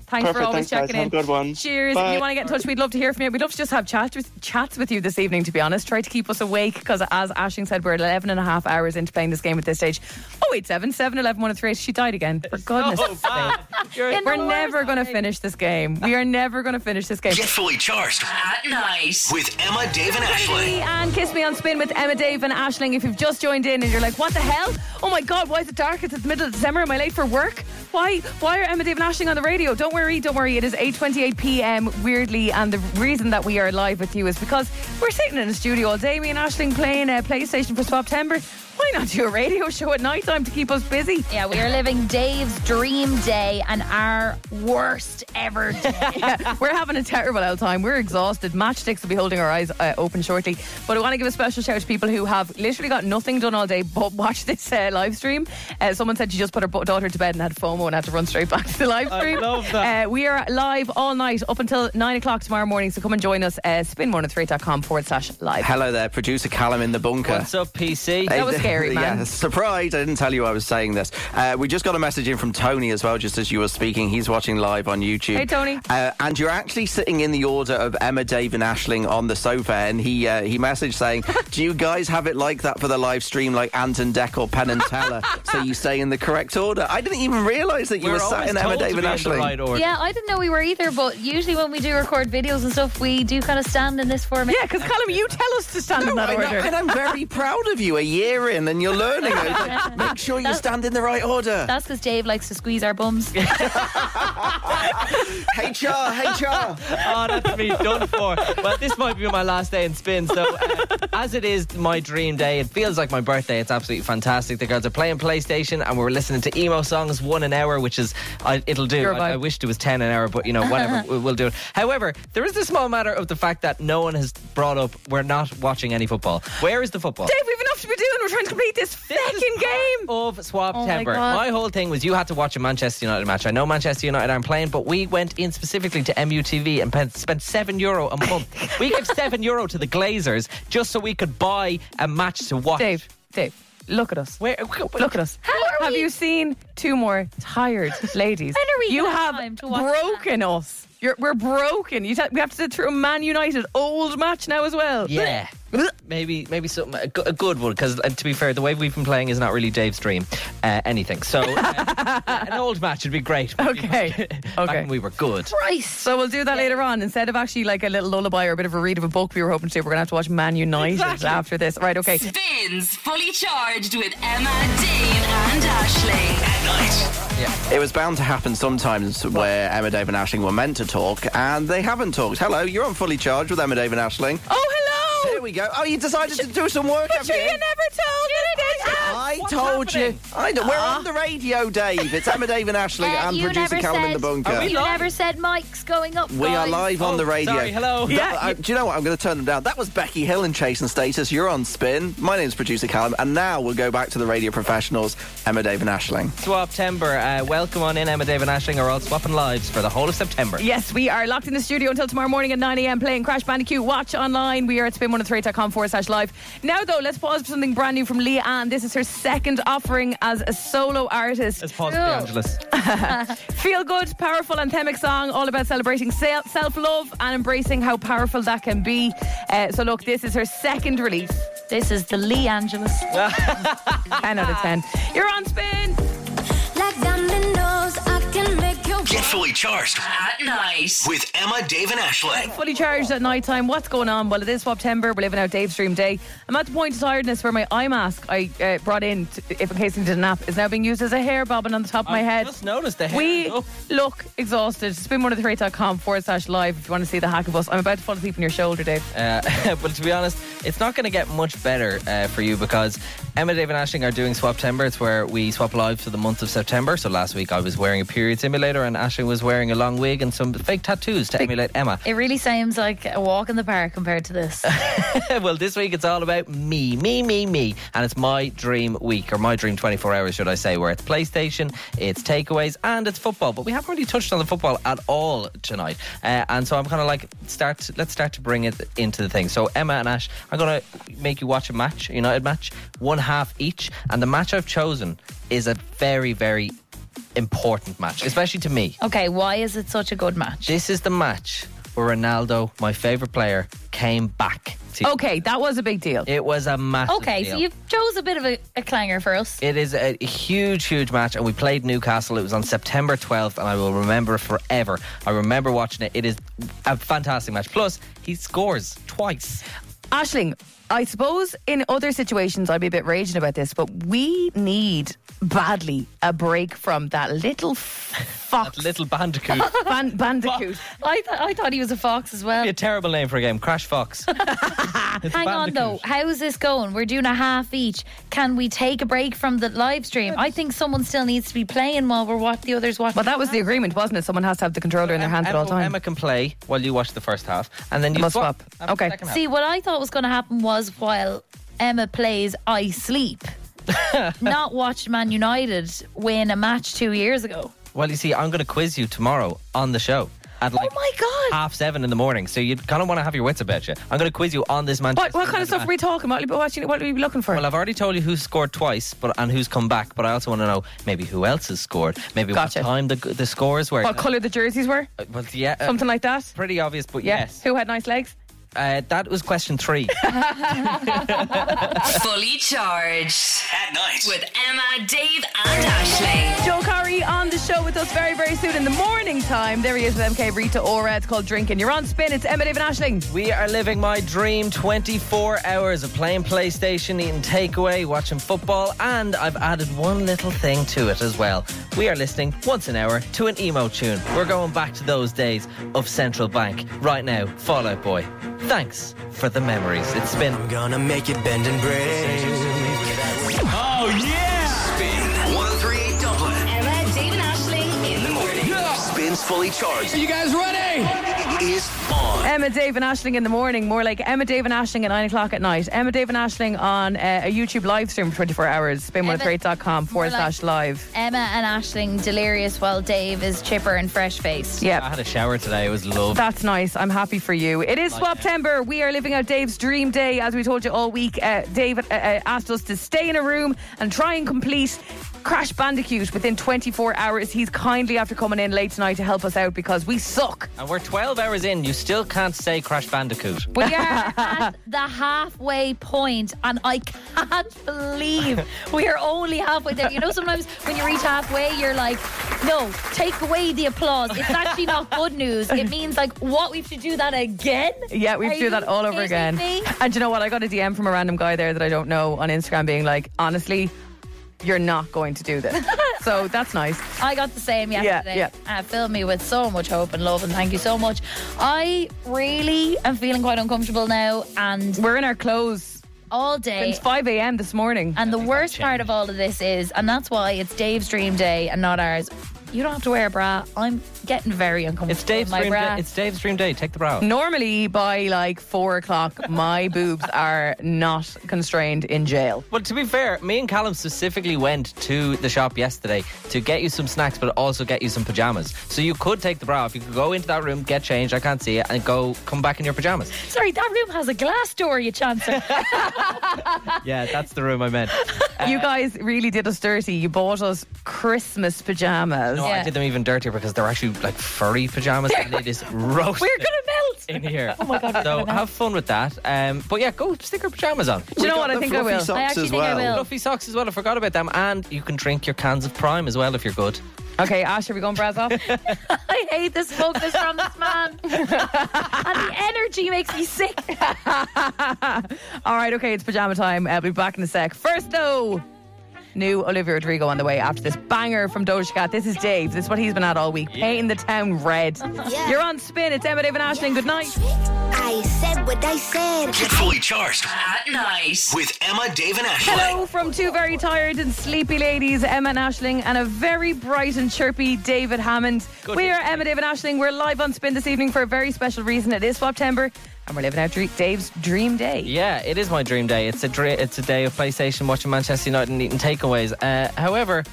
Speaker 3: Thanks for
Speaker 15: Perfect,
Speaker 3: always
Speaker 15: thanks, guys.
Speaker 3: checking in.
Speaker 15: Have a good one.
Speaker 3: Cheers. If
Speaker 15: Bye.
Speaker 3: you want to get in touch, we'd love to hear from you. We'd love to just have chat with, chats with you this evening, to be honest. Try to keep us awake because, as Ashing said, we're 11 and a half hours into playing this game at this stage. Oh, 087 711 103. She died again. For
Speaker 10: Oh,
Speaker 15: <laughs>
Speaker 3: goodness
Speaker 15: Oh.
Speaker 3: sake.
Speaker 2: You're-
Speaker 3: We're never going to finish this game. We are never going to finish this game.
Speaker 1: Get fully charged
Speaker 2: at night
Speaker 1: with Emma, Dave, and Ashling.
Speaker 3: And Kiss Me on Spin with Emma, Dave, and Ashling. If you've just joined in and you're like, what the hell? Oh my God, why is it dark? It's the middle of December. Am I late for work? Why? Why are Emma, Dave, and Ashling on the radio? Don't worry, don't worry. It is 8:28 p.m. Weirdly, and the reason that we are live with you is because we're sitting in the studio all day. Me and Ashling playing uh, PlayStation for Swaptember. Why not do a radio <laughs> show at night time to keep us busy?
Speaker 4: Yeah, we are living Dave's dream day and our worst ever day.
Speaker 3: yeah, we're having a terrible old time. We're exhausted. Matchsticks will be holding our eyes uh, open shortly. But I want to give a special shout out to people who have literally got nothing done all day but watch this uh, live stream. Uh, someone said she just put her bu- daughter to bed and had FOMO and had to run straight back to the live
Speaker 5: I
Speaker 3: stream.
Speaker 5: love that.
Speaker 3: Uh, we are live all night up until 9 o'clock tomorrow morning. So come and join us. Uh, spin103.com forward slash live.
Speaker 10: Hello there, producer Callum in the bunker.
Speaker 5: What's up, PC?
Speaker 10: Hey, <laughs> th- Yeah, surprised. I didn't tell you I was saying this. Uh, we just got a message in from Tony as well, just as you were speaking. He's watching live on YouTube.
Speaker 3: Hey, Tony.
Speaker 10: Uh, and you're actually sitting in the order of Emma, Dave, and Ashling on the sofa. And he uh, he messaged saying, <laughs> "Do you guys have it like that for the live stream, like Anton Deck or Penn and
Speaker 5: <laughs>
Speaker 10: Teller? so you stay in the correct order." I didn't even realise that you were,
Speaker 5: We're
Speaker 10: sat
Speaker 5: always
Speaker 10: in Emma,
Speaker 5: told to
Speaker 10: Dave, and
Speaker 5: be in the
Speaker 10: Ashling.
Speaker 5: right order.
Speaker 4: Yeah, I didn't know we were either, but usually when we do record videos and stuff, we do kind of stand in this format.
Speaker 3: Yeah, because Callum, you tell us to stand in that
Speaker 10: I know,
Speaker 3: order.
Speaker 10: and I'm
Speaker 4: <laughs>
Speaker 10: very proud of you. A year in, and you're learning. I was like, Make sure you stand in the right order.
Speaker 4: That's because Dave likes to squeeze our bums.
Speaker 10: HR, HR.
Speaker 5: <laughs> oh, that's me done for. Well, this might be my last day in spin. So, uh, as it is my dream day, it feels like my birthday. It's absolutely fantastic. The girls are playing PlayStation, and we're listening to emo songs one an hour, which is I, it'll do.
Speaker 3: Your
Speaker 5: I,
Speaker 3: vibe.
Speaker 5: I wished it was ten an hour, but you know
Speaker 3: <laughs>
Speaker 5: whatever, we- we'll do it. However, there is the small matter of the fact that no one has brought up we're not watching any football. Where is the football?
Speaker 3: Dave, we've enough to be doing. We're trying to complete this fucking game.
Speaker 5: Of Swap
Speaker 3: Oh my
Speaker 5: Temper.
Speaker 3: God.
Speaker 5: my whole thing was you had to watch a Manchester United match. I know Manchester United aren't playing, but we went in specifically to MUTV and pen- spent seven euro a month. we
Speaker 3: <laughs>
Speaker 5: gave seven euro to the Glazers just so we could buy a match to watch.
Speaker 3: Dave, Dave, look at us.
Speaker 5: Where,
Speaker 3: look at us. have you seen two more
Speaker 4: <laughs>
Speaker 3: tired ladies?
Speaker 4: When are we
Speaker 3: you
Speaker 4: gonna have
Speaker 3: have
Speaker 4: time to watch
Speaker 3: broken us. You're, we're broken. You ta- we have to sit through a Man United old match now as well. <laughs>
Speaker 5: Yeah. Maybe, maybe something a, go- a good one because uh, to be fair, the way we've been playing is not really Dave's dream. Uh, anything,
Speaker 3: <laughs>
Speaker 5: so uh, an old match would be great.
Speaker 10: <laughs>
Speaker 5: Okay, okay. Back when we were good.
Speaker 4: Christ.
Speaker 3: So we'll do that later on. Instead of actually like a little lullaby or a bit of a read of a book, we were hoping to. We're gonna have to watch Man United after this. Right? Okay.
Speaker 2: Spins fully charged with Emma, Dave, and Ashling. At night.
Speaker 10: It was bound to happen sometimes where Emma, Dave, and Ashling were meant to talk and they haven't talked. Hello, you're on fully charged with Emma, Dave, and Ashling.
Speaker 3: Oh, hello.
Speaker 10: There we go. Oh, you decided to do some work.
Speaker 3: But
Speaker 10: haven't
Speaker 3: you, you never told us this.
Speaker 10: I told you. I know, we're on the radio, Dave. It's Emma, Dave, and Ashley,
Speaker 4: Ah. Uh,
Speaker 10: and
Speaker 4: you
Speaker 10: producer
Speaker 4: never
Speaker 10: Carol in
Speaker 4: said-
Speaker 10: the bunker.
Speaker 4: you never said Mike's going up.
Speaker 10: We are
Speaker 4: guys. Oh,
Speaker 10: live on the radio. That-
Speaker 4: Yeah.
Speaker 10: uh, do you know what? I'm going to turn them down. That was Becky Hill and Chase and Status. You're on spin. My name's producer Callum, and now we'll go back to the radio professionals, Emma, Dave, and Ashling.
Speaker 5: Swap Timber. Uh, welcome on in, Emma, Dave, and Ashling are all swapping lives for the whole of September.
Speaker 3: Yes, we are locked in the studio until tomorrow morning at 9 a.m. playing Crash Bandicoot. Watch online. We are at spin103.com forward slash live. Now, though, let's pause for something brand new from Leah Ann. This is her second offering as a solo artist. Let's
Speaker 5: pause for Cool. Angeles.
Speaker 3: Feel good, powerful, anthemic song, all about celebrating self love and embracing how powerful that can be. Uh, so, look, this is her second release.
Speaker 4: This is the Lee Angelus.
Speaker 3: 10 out of 10. You're on spin.
Speaker 16: Like dominoes, I can make you
Speaker 1: Get fully charged
Speaker 2: at night
Speaker 1: with Emma, Dave, and Ashling.
Speaker 3: Fully charged at night time. What's going on? Well, it is September. We're living out Dave's dream day. I'm at the point of tiredness where my eye mask I uh, brought in, to, if in case I did a nap, is now being used as a hair bobbing on the top of my
Speaker 5: I
Speaker 3: head.
Speaker 5: just noticed the hair
Speaker 3: We
Speaker 5: is up.
Speaker 3: look exhausted. Spin103.com forward slash live if you want to see the hack of us. I'm about to fall asleep on your shoulder, Dave.
Speaker 5: Uh, <laughs> but to be honest, it's not going to get much better uh, for you because Emma, Dave, and Ashling are doing Swap Timber. It's where we swap live for the month of September. So last week I was wearing a period simulator and Ashling was wearing a long wig and some fake tattoos to emulate Emma.
Speaker 4: It really seems like a walk in the park compared to this.
Speaker 10: <laughs>
Speaker 5: <laughs> well, this week it's all about me, me, me, me. And it's my dream week, or my dream 24 hours, should I say, where it's PlayStation, it's takeaways, and it's football. But we haven't really touched on the football at all tonight. Uh, and so I'm kind of like, start. let's start to bring it into the thing. So, Emma and Ash, I'm going to make you watch a match, a United match, one half each. And the match I've chosen is a very, very important match, especially to me.
Speaker 4: Okay, why is it such a good match?
Speaker 5: This is the match where Ronaldo, my favourite player, came back. To
Speaker 3: Okay, that was a big deal.
Speaker 5: it was a massive
Speaker 4: Okay,
Speaker 5: deal.
Speaker 4: so you chose a bit of a, a clanger for us.
Speaker 5: It is a huge, huge match, and we played Newcastle. It was on September 12th, and I will remember it forever. I remember watching it. It is a fantastic match. Plus, he scores twice.
Speaker 3: Ashling, I suppose in other situations I'd be a bit raging about this, but we need badly a break from that little
Speaker 5: <laughs>
Speaker 3: fox.
Speaker 4: <laughs>
Speaker 5: Little Bandicoot. <laughs>
Speaker 3: Ban- bandicoot.
Speaker 4: I, th- I thought he was a fox as well.
Speaker 5: Be a terrible name for a game. Crash
Speaker 4: <laughs>
Speaker 5: Fox.
Speaker 4: Hang on though, how is this going? We're doing a half each. Can we take a break from the live stream? I think someone still needs to be playing while we're what the others watching.
Speaker 3: Well, that was the agreement, wasn't it? Someone has to have the controller in their hands at all
Speaker 5: Emma,
Speaker 3: times.
Speaker 5: Emma can play while you watch the first half, and then you
Speaker 3: Must
Speaker 5: swap.
Speaker 3: swap.
Speaker 5: after the
Speaker 3: Okay.
Speaker 5: second half.
Speaker 4: See, what I thought was going to happen was while Emma plays, I <laughs> sleep. Not watch Man United win a match two years ago.
Speaker 5: Well, you see, I'm going to quiz you tomorrow on the show at like
Speaker 4: Oh my god,
Speaker 5: half seven in the morning. So you kind of want to have your wits about you. I'm going to quiz you on this Manchester.
Speaker 3: What, what kind
Speaker 5: United
Speaker 3: of stuff
Speaker 5: match.
Speaker 3: are we talking about? What, what are we looking for?
Speaker 5: Well, I've already told you who scored twice, but and who's come back. But I also want to know maybe who else has scored, maybe
Speaker 3: Gotcha.
Speaker 5: what time the the scores were.
Speaker 3: what colour the jerseys were?
Speaker 5: Uh, Well, yeah, uh,
Speaker 3: Something like that?
Speaker 5: pretty obvious, but
Speaker 3: Yeah.
Speaker 5: yes,
Speaker 3: Who had nice legs?
Speaker 5: uh, that was
Speaker 3: <laughs>
Speaker 5: question three.
Speaker 2: Fully charged at night with Emma, Dave, and Ashling.
Speaker 3: Joe Curry on the show with us very, very soon in the morning time. There he is with MK Rita Ora. It's called Drinking. You're on spin. It's Emma David Ashling.
Speaker 5: we are living my dream 24 hours of playing PlayStation, eating takeaway, watching football, and I've added one little thing to it as well. We are listening once an hour to an emo tune. We're going back to those days of Central Bank. Right now, Fallout Boy. Thanks for the memories. It's been. I'm
Speaker 12: gonna make it bend and break.
Speaker 1: Oh, yeah! Spin 1038 Dublin.
Speaker 2: Emma, Dave, and Ashling in the morning.
Speaker 1: Spins fully charged. Are you guys ready? Is on.
Speaker 3: Emma, Dave, and Ashling in the morning. More like Emma, Dave, and Ashling at 9 o'clock at night. Emma, Dave, and Ashling on uh, a YouTube live stream for 24 hours. Spin103.com forward
Speaker 4: More like-
Speaker 3: slash live.
Speaker 4: Emma and Ashling delirious while Dave is chipper and fresh faced.
Speaker 5: I
Speaker 3: Yeah.
Speaker 5: had a shower today. It was lovely.
Speaker 3: That's nice. I'm happy for you. It is Swaptember. We are living out Dave's dream day. As we told you all week, uh, Dave uh, uh, asked us to stay in a room and try and complete Crash Bandicoot within 24 hours. He's kindly, after coming in late tonight, to help us out because we suck.
Speaker 5: And we're 12 hours in. You still can't say Crash Bandicoot.
Speaker 4: We are at
Speaker 3: <laughs>
Speaker 4: the halfway point, and I can't believe we are only halfway there. You know, sometimes when you reach halfway, you're like, no, take away the applause. It's actually not good
Speaker 3: <laughs>
Speaker 4: news. It means, like, what? We have to do that again?
Speaker 3: Yeah, we have
Speaker 4: Are
Speaker 3: to do that
Speaker 4: you
Speaker 3: all over again.
Speaker 4: kidding me?
Speaker 3: And do you know what? I got a DM from a random guy there that I don't know on Instagram being like, honestly, you're not going to do this. so that's nice.
Speaker 4: I got the same yesterday.
Speaker 3: yeah.
Speaker 4: Uh, filled me with so much hope and love, and thank you so much. I really am feeling quite uncomfortable now, and
Speaker 3: We're in our clothes.
Speaker 4: all day.
Speaker 3: Since 5 a.m. this morning.
Speaker 4: And the worst part of all of this is, and that's why it's Dave's dream day and not ours. You don't have to wear a bra. I'm getting very uncomfortable.
Speaker 5: It's Dave's
Speaker 4: with my
Speaker 5: dream
Speaker 4: bra.
Speaker 5: day. It's Dave's dream day. Take the bra. off.
Speaker 3: Normally, by like four o'clock, my <laughs> boobs are not constrained in jail.
Speaker 5: Well, to be fair, me and Callum specifically went to the shop yesterday to get you some snacks, but also get you some pajamas. So you could take the bra off. You could go into that room, get changed. I can't see it, and go come back in
Speaker 3: <laughs>
Speaker 5: your pajamas.
Speaker 4: Sorry, that room has a glass door, you
Speaker 5: <laughs>
Speaker 4: chancer.
Speaker 5: Yeah, that's the room I meant.
Speaker 3: you guys really did us dirty. You bought us Christmas pajamas.
Speaker 5: No, I did them even dirtier because they're actually like furry pajamas, and
Speaker 3: <laughs>
Speaker 5: it is roasting.
Speaker 3: We're gonna melt
Speaker 5: in here.
Speaker 3: Oh my God, we're
Speaker 5: So
Speaker 3: gonna melt.
Speaker 5: have fun with that. Um, but yeah, go stick your pajamas on.
Speaker 3: you We know got what? I the think I fluffy will. I socks actually as think I well. will.
Speaker 5: Fluffy socks as well. I forgot about them. And you can drink your cans of Prime as well if you're good.
Speaker 3: Okay, Ash, are we going <laughs> bras off?
Speaker 4: I hate this focus from this
Speaker 5: <laughs>
Speaker 4: man. and the energy makes me sick.
Speaker 3: All right, okay, it's pajama time. I'll be back in a sec. First, though, new Olivia Rodrigo on the way after this banger from Doja Cat. This is Dave. This is what he's been at all week, painting the town red.
Speaker 16: Yeah.
Speaker 3: You're on spin. It's Emma, Dave, and Ashton. Good night.
Speaker 16: I said what I said.
Speaker 1: Get fully charged
Speaker 2: at night
Speaker 1: with Emma, Dave, and Ashling.
Speaker 3: Hello from two very tired and sleepy ladies, Emma and Ashling, and a very bright and chirpy David Hammond. we are Emma, David, and Ashling. We're live on Spin this evening for a very special reason. It is Swaptember, and we're living out dre- Dave's dream day.
Speaker 5: Yeah, it is my dream day. It's a dre- it's a day of PlayStation, watching Manchester United, and eating takeaways. Uh, however,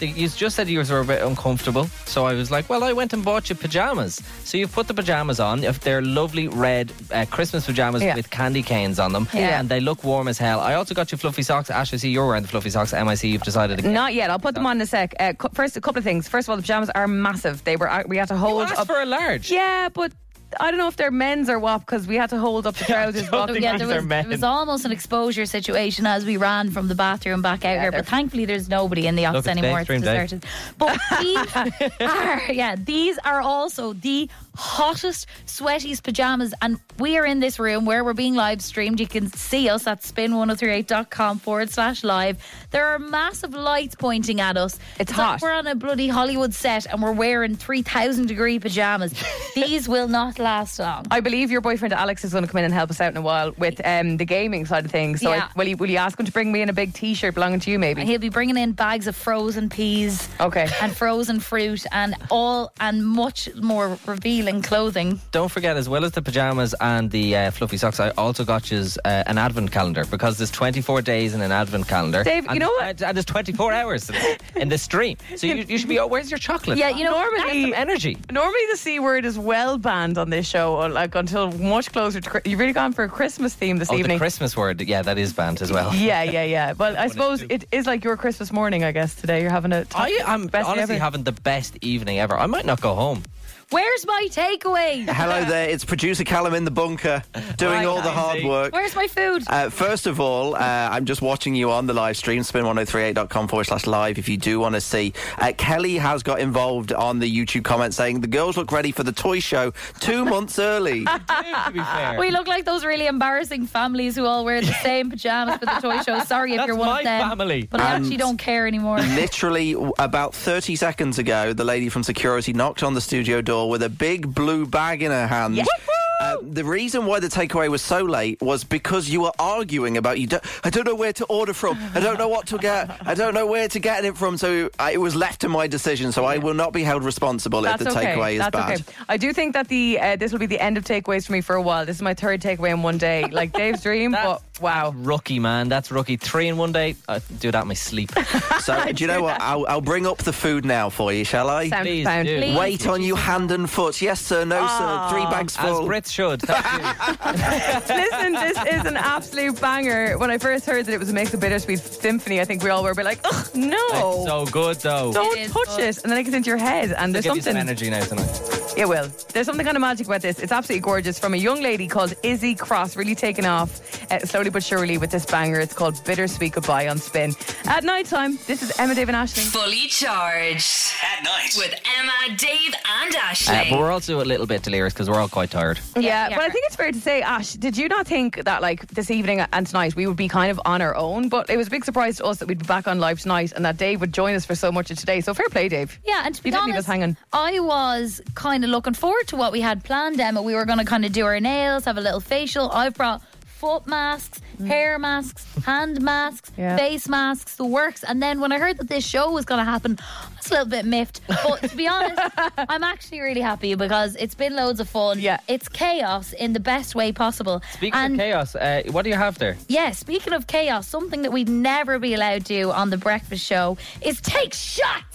Speaker 5: the, you just said yours were a bit uncomfortable, so I was like, well, I went and bought you pajamas. So you've put the pajamas on. If they're lovely red uh, Christmas pajamas
Speaker 3: Yeah.
Speaker 5: with candy canes on them,
Speaker 3: Yeah.
Speaker 5: and they look warm as hell. I also got you fluffy socks. Ash, I see you're wearing the fluffy socks. M, I see you've decided. to-
Speaker 3: Not yet. I'll put them on in a sec. Uh, cu- first, a couple of things. First of all, the pajamas are massive. They were we had to hold
Speaker 5: asked
Speaker 3: up
Speaker 5: for a large.
Speaker 3: Yeah, but I don't know if they're men's or what because we had to hold
Speaker 5: <laughs>
Speaker 3: up the trousers. walking
Speaker 4: yeah,
Speaker 3: back.
Speaker 4: there was, it was almost an exposure situation as we ran from the bathroom back out here, but thankfully there's nobody in the office
Speaker 5: Look, it's
Speaker 4: anymore.
Speaker 5: mainstream day.
Speaker 4: deserted. But these
Speaker 5: <laughs>
Speaker 4: are, yeah, these are also the hottest, sweatiest pajamas. And we are in this room where we're being live streamed. You can see us at spin1038.com forward slash live. There are massive lights pointing at us. It's,
Speaker 3: hot.
Speaker 4: Like we're on a bloody Hollywood set and we're wearing 3,000 degree
Speaker 5: <laughs>
Speaker 4: pajamas. these will not last long.
Speaker 3: I believe your boyfriend Alex is going to come in and help us out in a while with um, the gaming side of things. So
Speaker 4: Yeah.
Speaker 3: I, will, you, will you ask him to bring me in a big T-shirt belonging to you, maybe?
Speaker 4: He'll be bringing in bags of frozen peas,
Speaker 3: Okay.
Speaker 4: and frozen fruit, and all and much more revealing clothing.
Speaker 5: Don't forget, as well as the pajamas and the uh, fluffy socks, I also got you uh, an advent calendar because there's 24 days in an advent calendar.
Speaker 3: Dave, you
Speaker 5: and
Speaker 3: know
Speaker 5: what? And there's 24 hours in, in the stream. So you, you should be, oh, where's your chocolate?
Speaker 3: Yeah, you know, normally
Speaker 5: some energy.
Speaker 3: Normally, the c word is well banned on this show, or, like until much closer to. Chri- You've really gone for a Christmas theme this
Speaker 5: oh, the
Speaker 3: evening.
Speaker 5: Christmas word. Yeah, that is banned as
Speaker 3: <laughs>
Speaker 5: well.
Speaker 3: yeah, yeah, yeah. Well, I suppose it is like your Christmas morning. I guess today you're having a. top-
Speaker 5: I, I'm
Speaker 3: best day
Speaker 5: honestly
Speaker 3: ever.
Speaker 5: having the best evening ever. I might not
Speaker 3: <laughs>
Speaker 5: go home.
Speaker 4: Where's my takeaway?
Speaker 10: Hello there, it's producer Callum in the bunker doing
Speaker 4: Hi,
Speaker 10: all the hard work.
Speaker 4: Where's my food?
Speaker 10: Uh, first of all, uh, I'm just watching you on the live stream, spin1038.com forward slash live if you do want to see. Uh, Kelly has got involved on the YouTube comment saying the girls look ready for the toy show two months early.
Speaker 5: to be fair.
Speaker 4: we look like those really embarrassing families who
Speaker 3: <laughs>
Speaker 4: all wear the same pajamas for the toy show. Sorry if
Speaker 5: That's
Speaker 4: you're one
Speaker 5: my
Speaker 4: of them.
Speaker 5: family.
Speaker 4: But I
Speaker 10: And-
Speaker 4: actually don't
Speaker 3: <laughs>
Speaker 4: care anymore.
Speaker 10: <laughs> Literally w- about 30 seconds ago, the lady from security knocked on the studio door with a big blue bag in her hand.
Speaker 4: Yeah.
Speaker 10: Uh, the reason why the takeaway was so late was because you were arguing about you. Don't, I don't know where to order from. I don't know what to get. I don't know where to get it from. So I, it was left to my decision. So I will not be held responsible if the takeaway is
Speaker 3: That's
Speaker 10: bad.
Speaker 3: okay. I do think that the uh, this will be the end of takeaways for me for a while. This is my third takeaway in one day. Like Dave's
Speaker 5: <laughs>
Speaker 3: dream, but wow.
Speaker 5: Rookie, man. That's rookie. Three in one day. I do that in my sleep.
Speaker 10: So do you know what? I'll, I'll bring up the food now for you, shall I?
Speaker 3: Sound, Please sound. do. Please.
Speaker 10: Wait on you hand and foot. Yes, sir. No, sir. Three bags
Speaker 5: As
Speaker 10: full.
Speaker 5: Brits should. Thank you.
Speaker 3: Listen, this is an absolute banger. When I first heard that it was a mix of bittersweet symphony, I think we all were a bit like, <laughs> oh
Speaker 5: It's
Speaker 3: no.
Speaker 5: so good, though.
Speaker 3: Don't
Speaker 5: It'll
Speaker 3: touch it, and then it gets into your head, and there's
Speaker 5: give you some
Speaker 3: something.
Speaker 5: energy now tonight.
Speaker 3: It will. There's something kind of magic about this. It's absolutely gorgeous from a young lady called Izzy Cross, really taking off uh, slowly but surely with this banger. It's called Bittersweet Goodbye on Spin. At night time, this is Emma David Ashley.
Speaker 2: Fully charged
Speaker 1: at night
Speaker 2: with Emma, Dave, and
Speaker 5: Uh,
Speaker 2: Ashling.
Speaker 5: but we're also a little bit delirious because we're all quite tired.
Speaker 3: Yeah, but I think it's fair to say, Ash, did you not think that like this evening and tonight we would be kind of on our own? But it was a big surprise to us that we'd be back on live tonight and that Dave would join us for so much of today. So fair play, Dave.
Speaker 4: Yeah, and to be
Speaker 3: You didn't leave
Speaker 4: honest,
Speaker 3: us hanging.
Speaker 4: I was kind of looking forward to what we had planned, Emma. We were going to kind of do our nails, have a little facial. I've brought foot masks,
Speaker 3: Mm.
Speaker 4: hair masks, hand masks,
Speaker 17: Yeah.
Speaker 4: face masks, the works. And then when I heard that this show was going to happen, I was a little bit miffed. But to
Speaker 3: <laughs>
Speaker 4: be honest, I'm actually really happy because it's been loads of fun. Yeah. It's chaos in the best way possible.
Speaker 5: Speaking of chaos, uh, what do you have there?
Speaker 4: Yeah, speaking of chaos, something that we'd never be allowed to do on the breakfast show is take shots.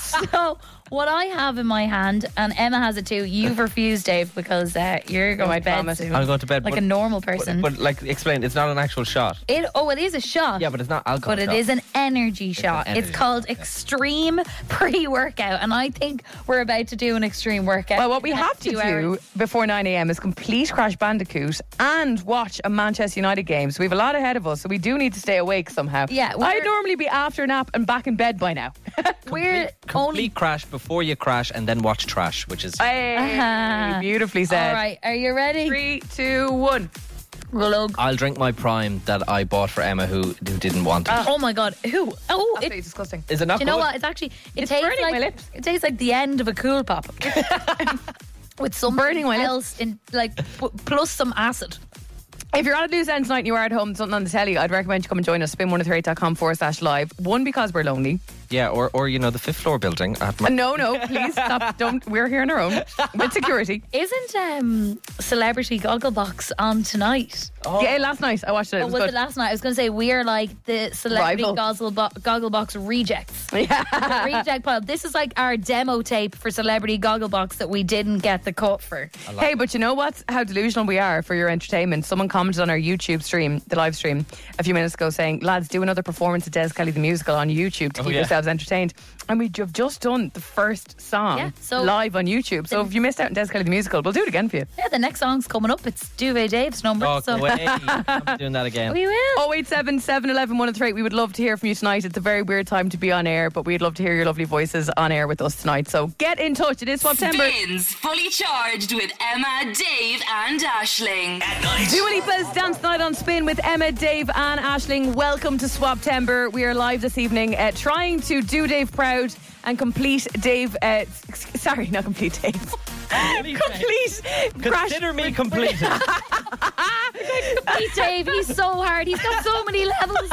Speaker 4: so what I have in my hand, and Emma has it too. You've refused, Dave, because uh, you're going to bed soon.
Speaker 5: I'll go to bed
Speaker 4: like
Speaker 5: but-
Speaker 4: a normal
Speaker 5: but-
Speaker 4: person.
Speaker 5: But, like, explain. It's not an actual shot.
Speaker 4: it oh, it is a shot.
Speaker 5: Yeah, but it's not alcohol.
Speaker 4: But it
Speaker 5: shot.
Speaker 4: is an energy shot.
Speaker 5: energy
Speaker 4: it's called extreme <laughs> pre-workout, and I think we're about to do an extreme workout.
Speaker 3: Well, what we
Speaker 4: in the
Speaker 3: have
Speaker 4: next
Speaker 3: to
Speaker 4: few
Speaker 3: do
Speaker 4: hours.
Speaker 3: before 9 a.m. is complete Crash Bandicoot and watch a Manchester United game. So we have a lot ahead of us, so we do need to stay awake somehow.
Speaker 4: Yeah,
Speaker 3: I'd
Speaker 4: we're-
Speaker 3: normally be after a nap and back in bed by
Speaker 4: <laughs>
Speaker 3: now.
Speaker 4: We're
Speaker 5: Complete crash before you crash, and then watch trash, which is
Speaker 3: Hey, <laughs> beautifully said.
Speaker 4: All right, are you ready? oh,
Speaker 3: Three, two, one.
Speaker 4: Glug.
Speaker 5: I'll drink my prime that I bought for Emma, who who didn't want it.
Speaker 4: oh my god! Who? Oh, it's
Speaker 3: disgusting.
Speaker 5: Is it not
Speaker 4: Do you know
Speaker 5: good?
Speaker 4: what? It's actually it tastes
Speaker 3: burning
Speaker 4: like
Speaker 3: my lips.
Speaker 4: it tastes like the end of a cool <laughs> pop with some burning else in like p- plus some acid.
Speaker 3: If you're on a loose end tonight and you are at home, something on the telly, I'd recommend you come and join us. oh Spin138.com forward slash live. One, because we're lonely. Uh,
Speaker 5: Yeah, or or you know the fifth floor building. At my-
Speaker 3: No, no, please
Speaker 4: <laughs>
Speaker 3: stop. Don't. We're here on our own with security.
Speaker 4: Isn't um, Celebrity Gogglebox on tonight?
Speaker 3: Yeah, last night I watched it. It
Speaker 4: Oh,
Speaker 3: was
Speaker 4: was
Speaker 3: good.
Speaker 4: it last night? I was going to say we are like the Celebrity
Speaker 3: Rival.
Speaker 4: Gogglebo- Gogglebox rejects. <laughs> Yeah, reject pile. This is like our demo tape for Celebrity Gogglebox that we didn't get the cut for.
Speaker 3: Hey, but you know what? How delusional we are for your entertainment. Someone commented on our YouTube stream, the live stream, a few minutes ago saying, lads, do another performance of Des Kelly the Musical on YouTube to
Speaker 4: Oh,
Speaker 3: keep
Speaker 4: yeah.
Speaker 3: yourselves entertained. And we have just done the first song
Speaker 4: Yeah, so-
Speaker 3: live on YouTube. So if you missed out on Des Kelly the Musical, we'll do it again for you.
Speaker 4: Yeah, the next song's coming up. It's Duvet Dave's number.
Speaker 5: Walk
Speaker 4: so <laughs>
Speaker 5: away. I'm doing that again.
Speaker 4: We will.
Speaker 3: 087 711 103. We would love to hear from you tonight. It's a very weird time to be on air, but we'd love to hear your lovely voices on air with us tonight. So get in touch. It is September.
Speaker 2: Spins fully charged with Emma, Dave, and Ashling. At
Speaker 3: Dua Lipa's Dance Night on Spin with Emma, Dave, and Ashling. Welcome to Swaptember. We are live this evening uh, trying to do Dave proud and complete Dave. Uh, s- sorry, not complete Dave. <laughs> complete. Consider
Speaker 5: me completed.
Speaker 4: <laughs> Pete Dave, he's so hard. He's got so many levels.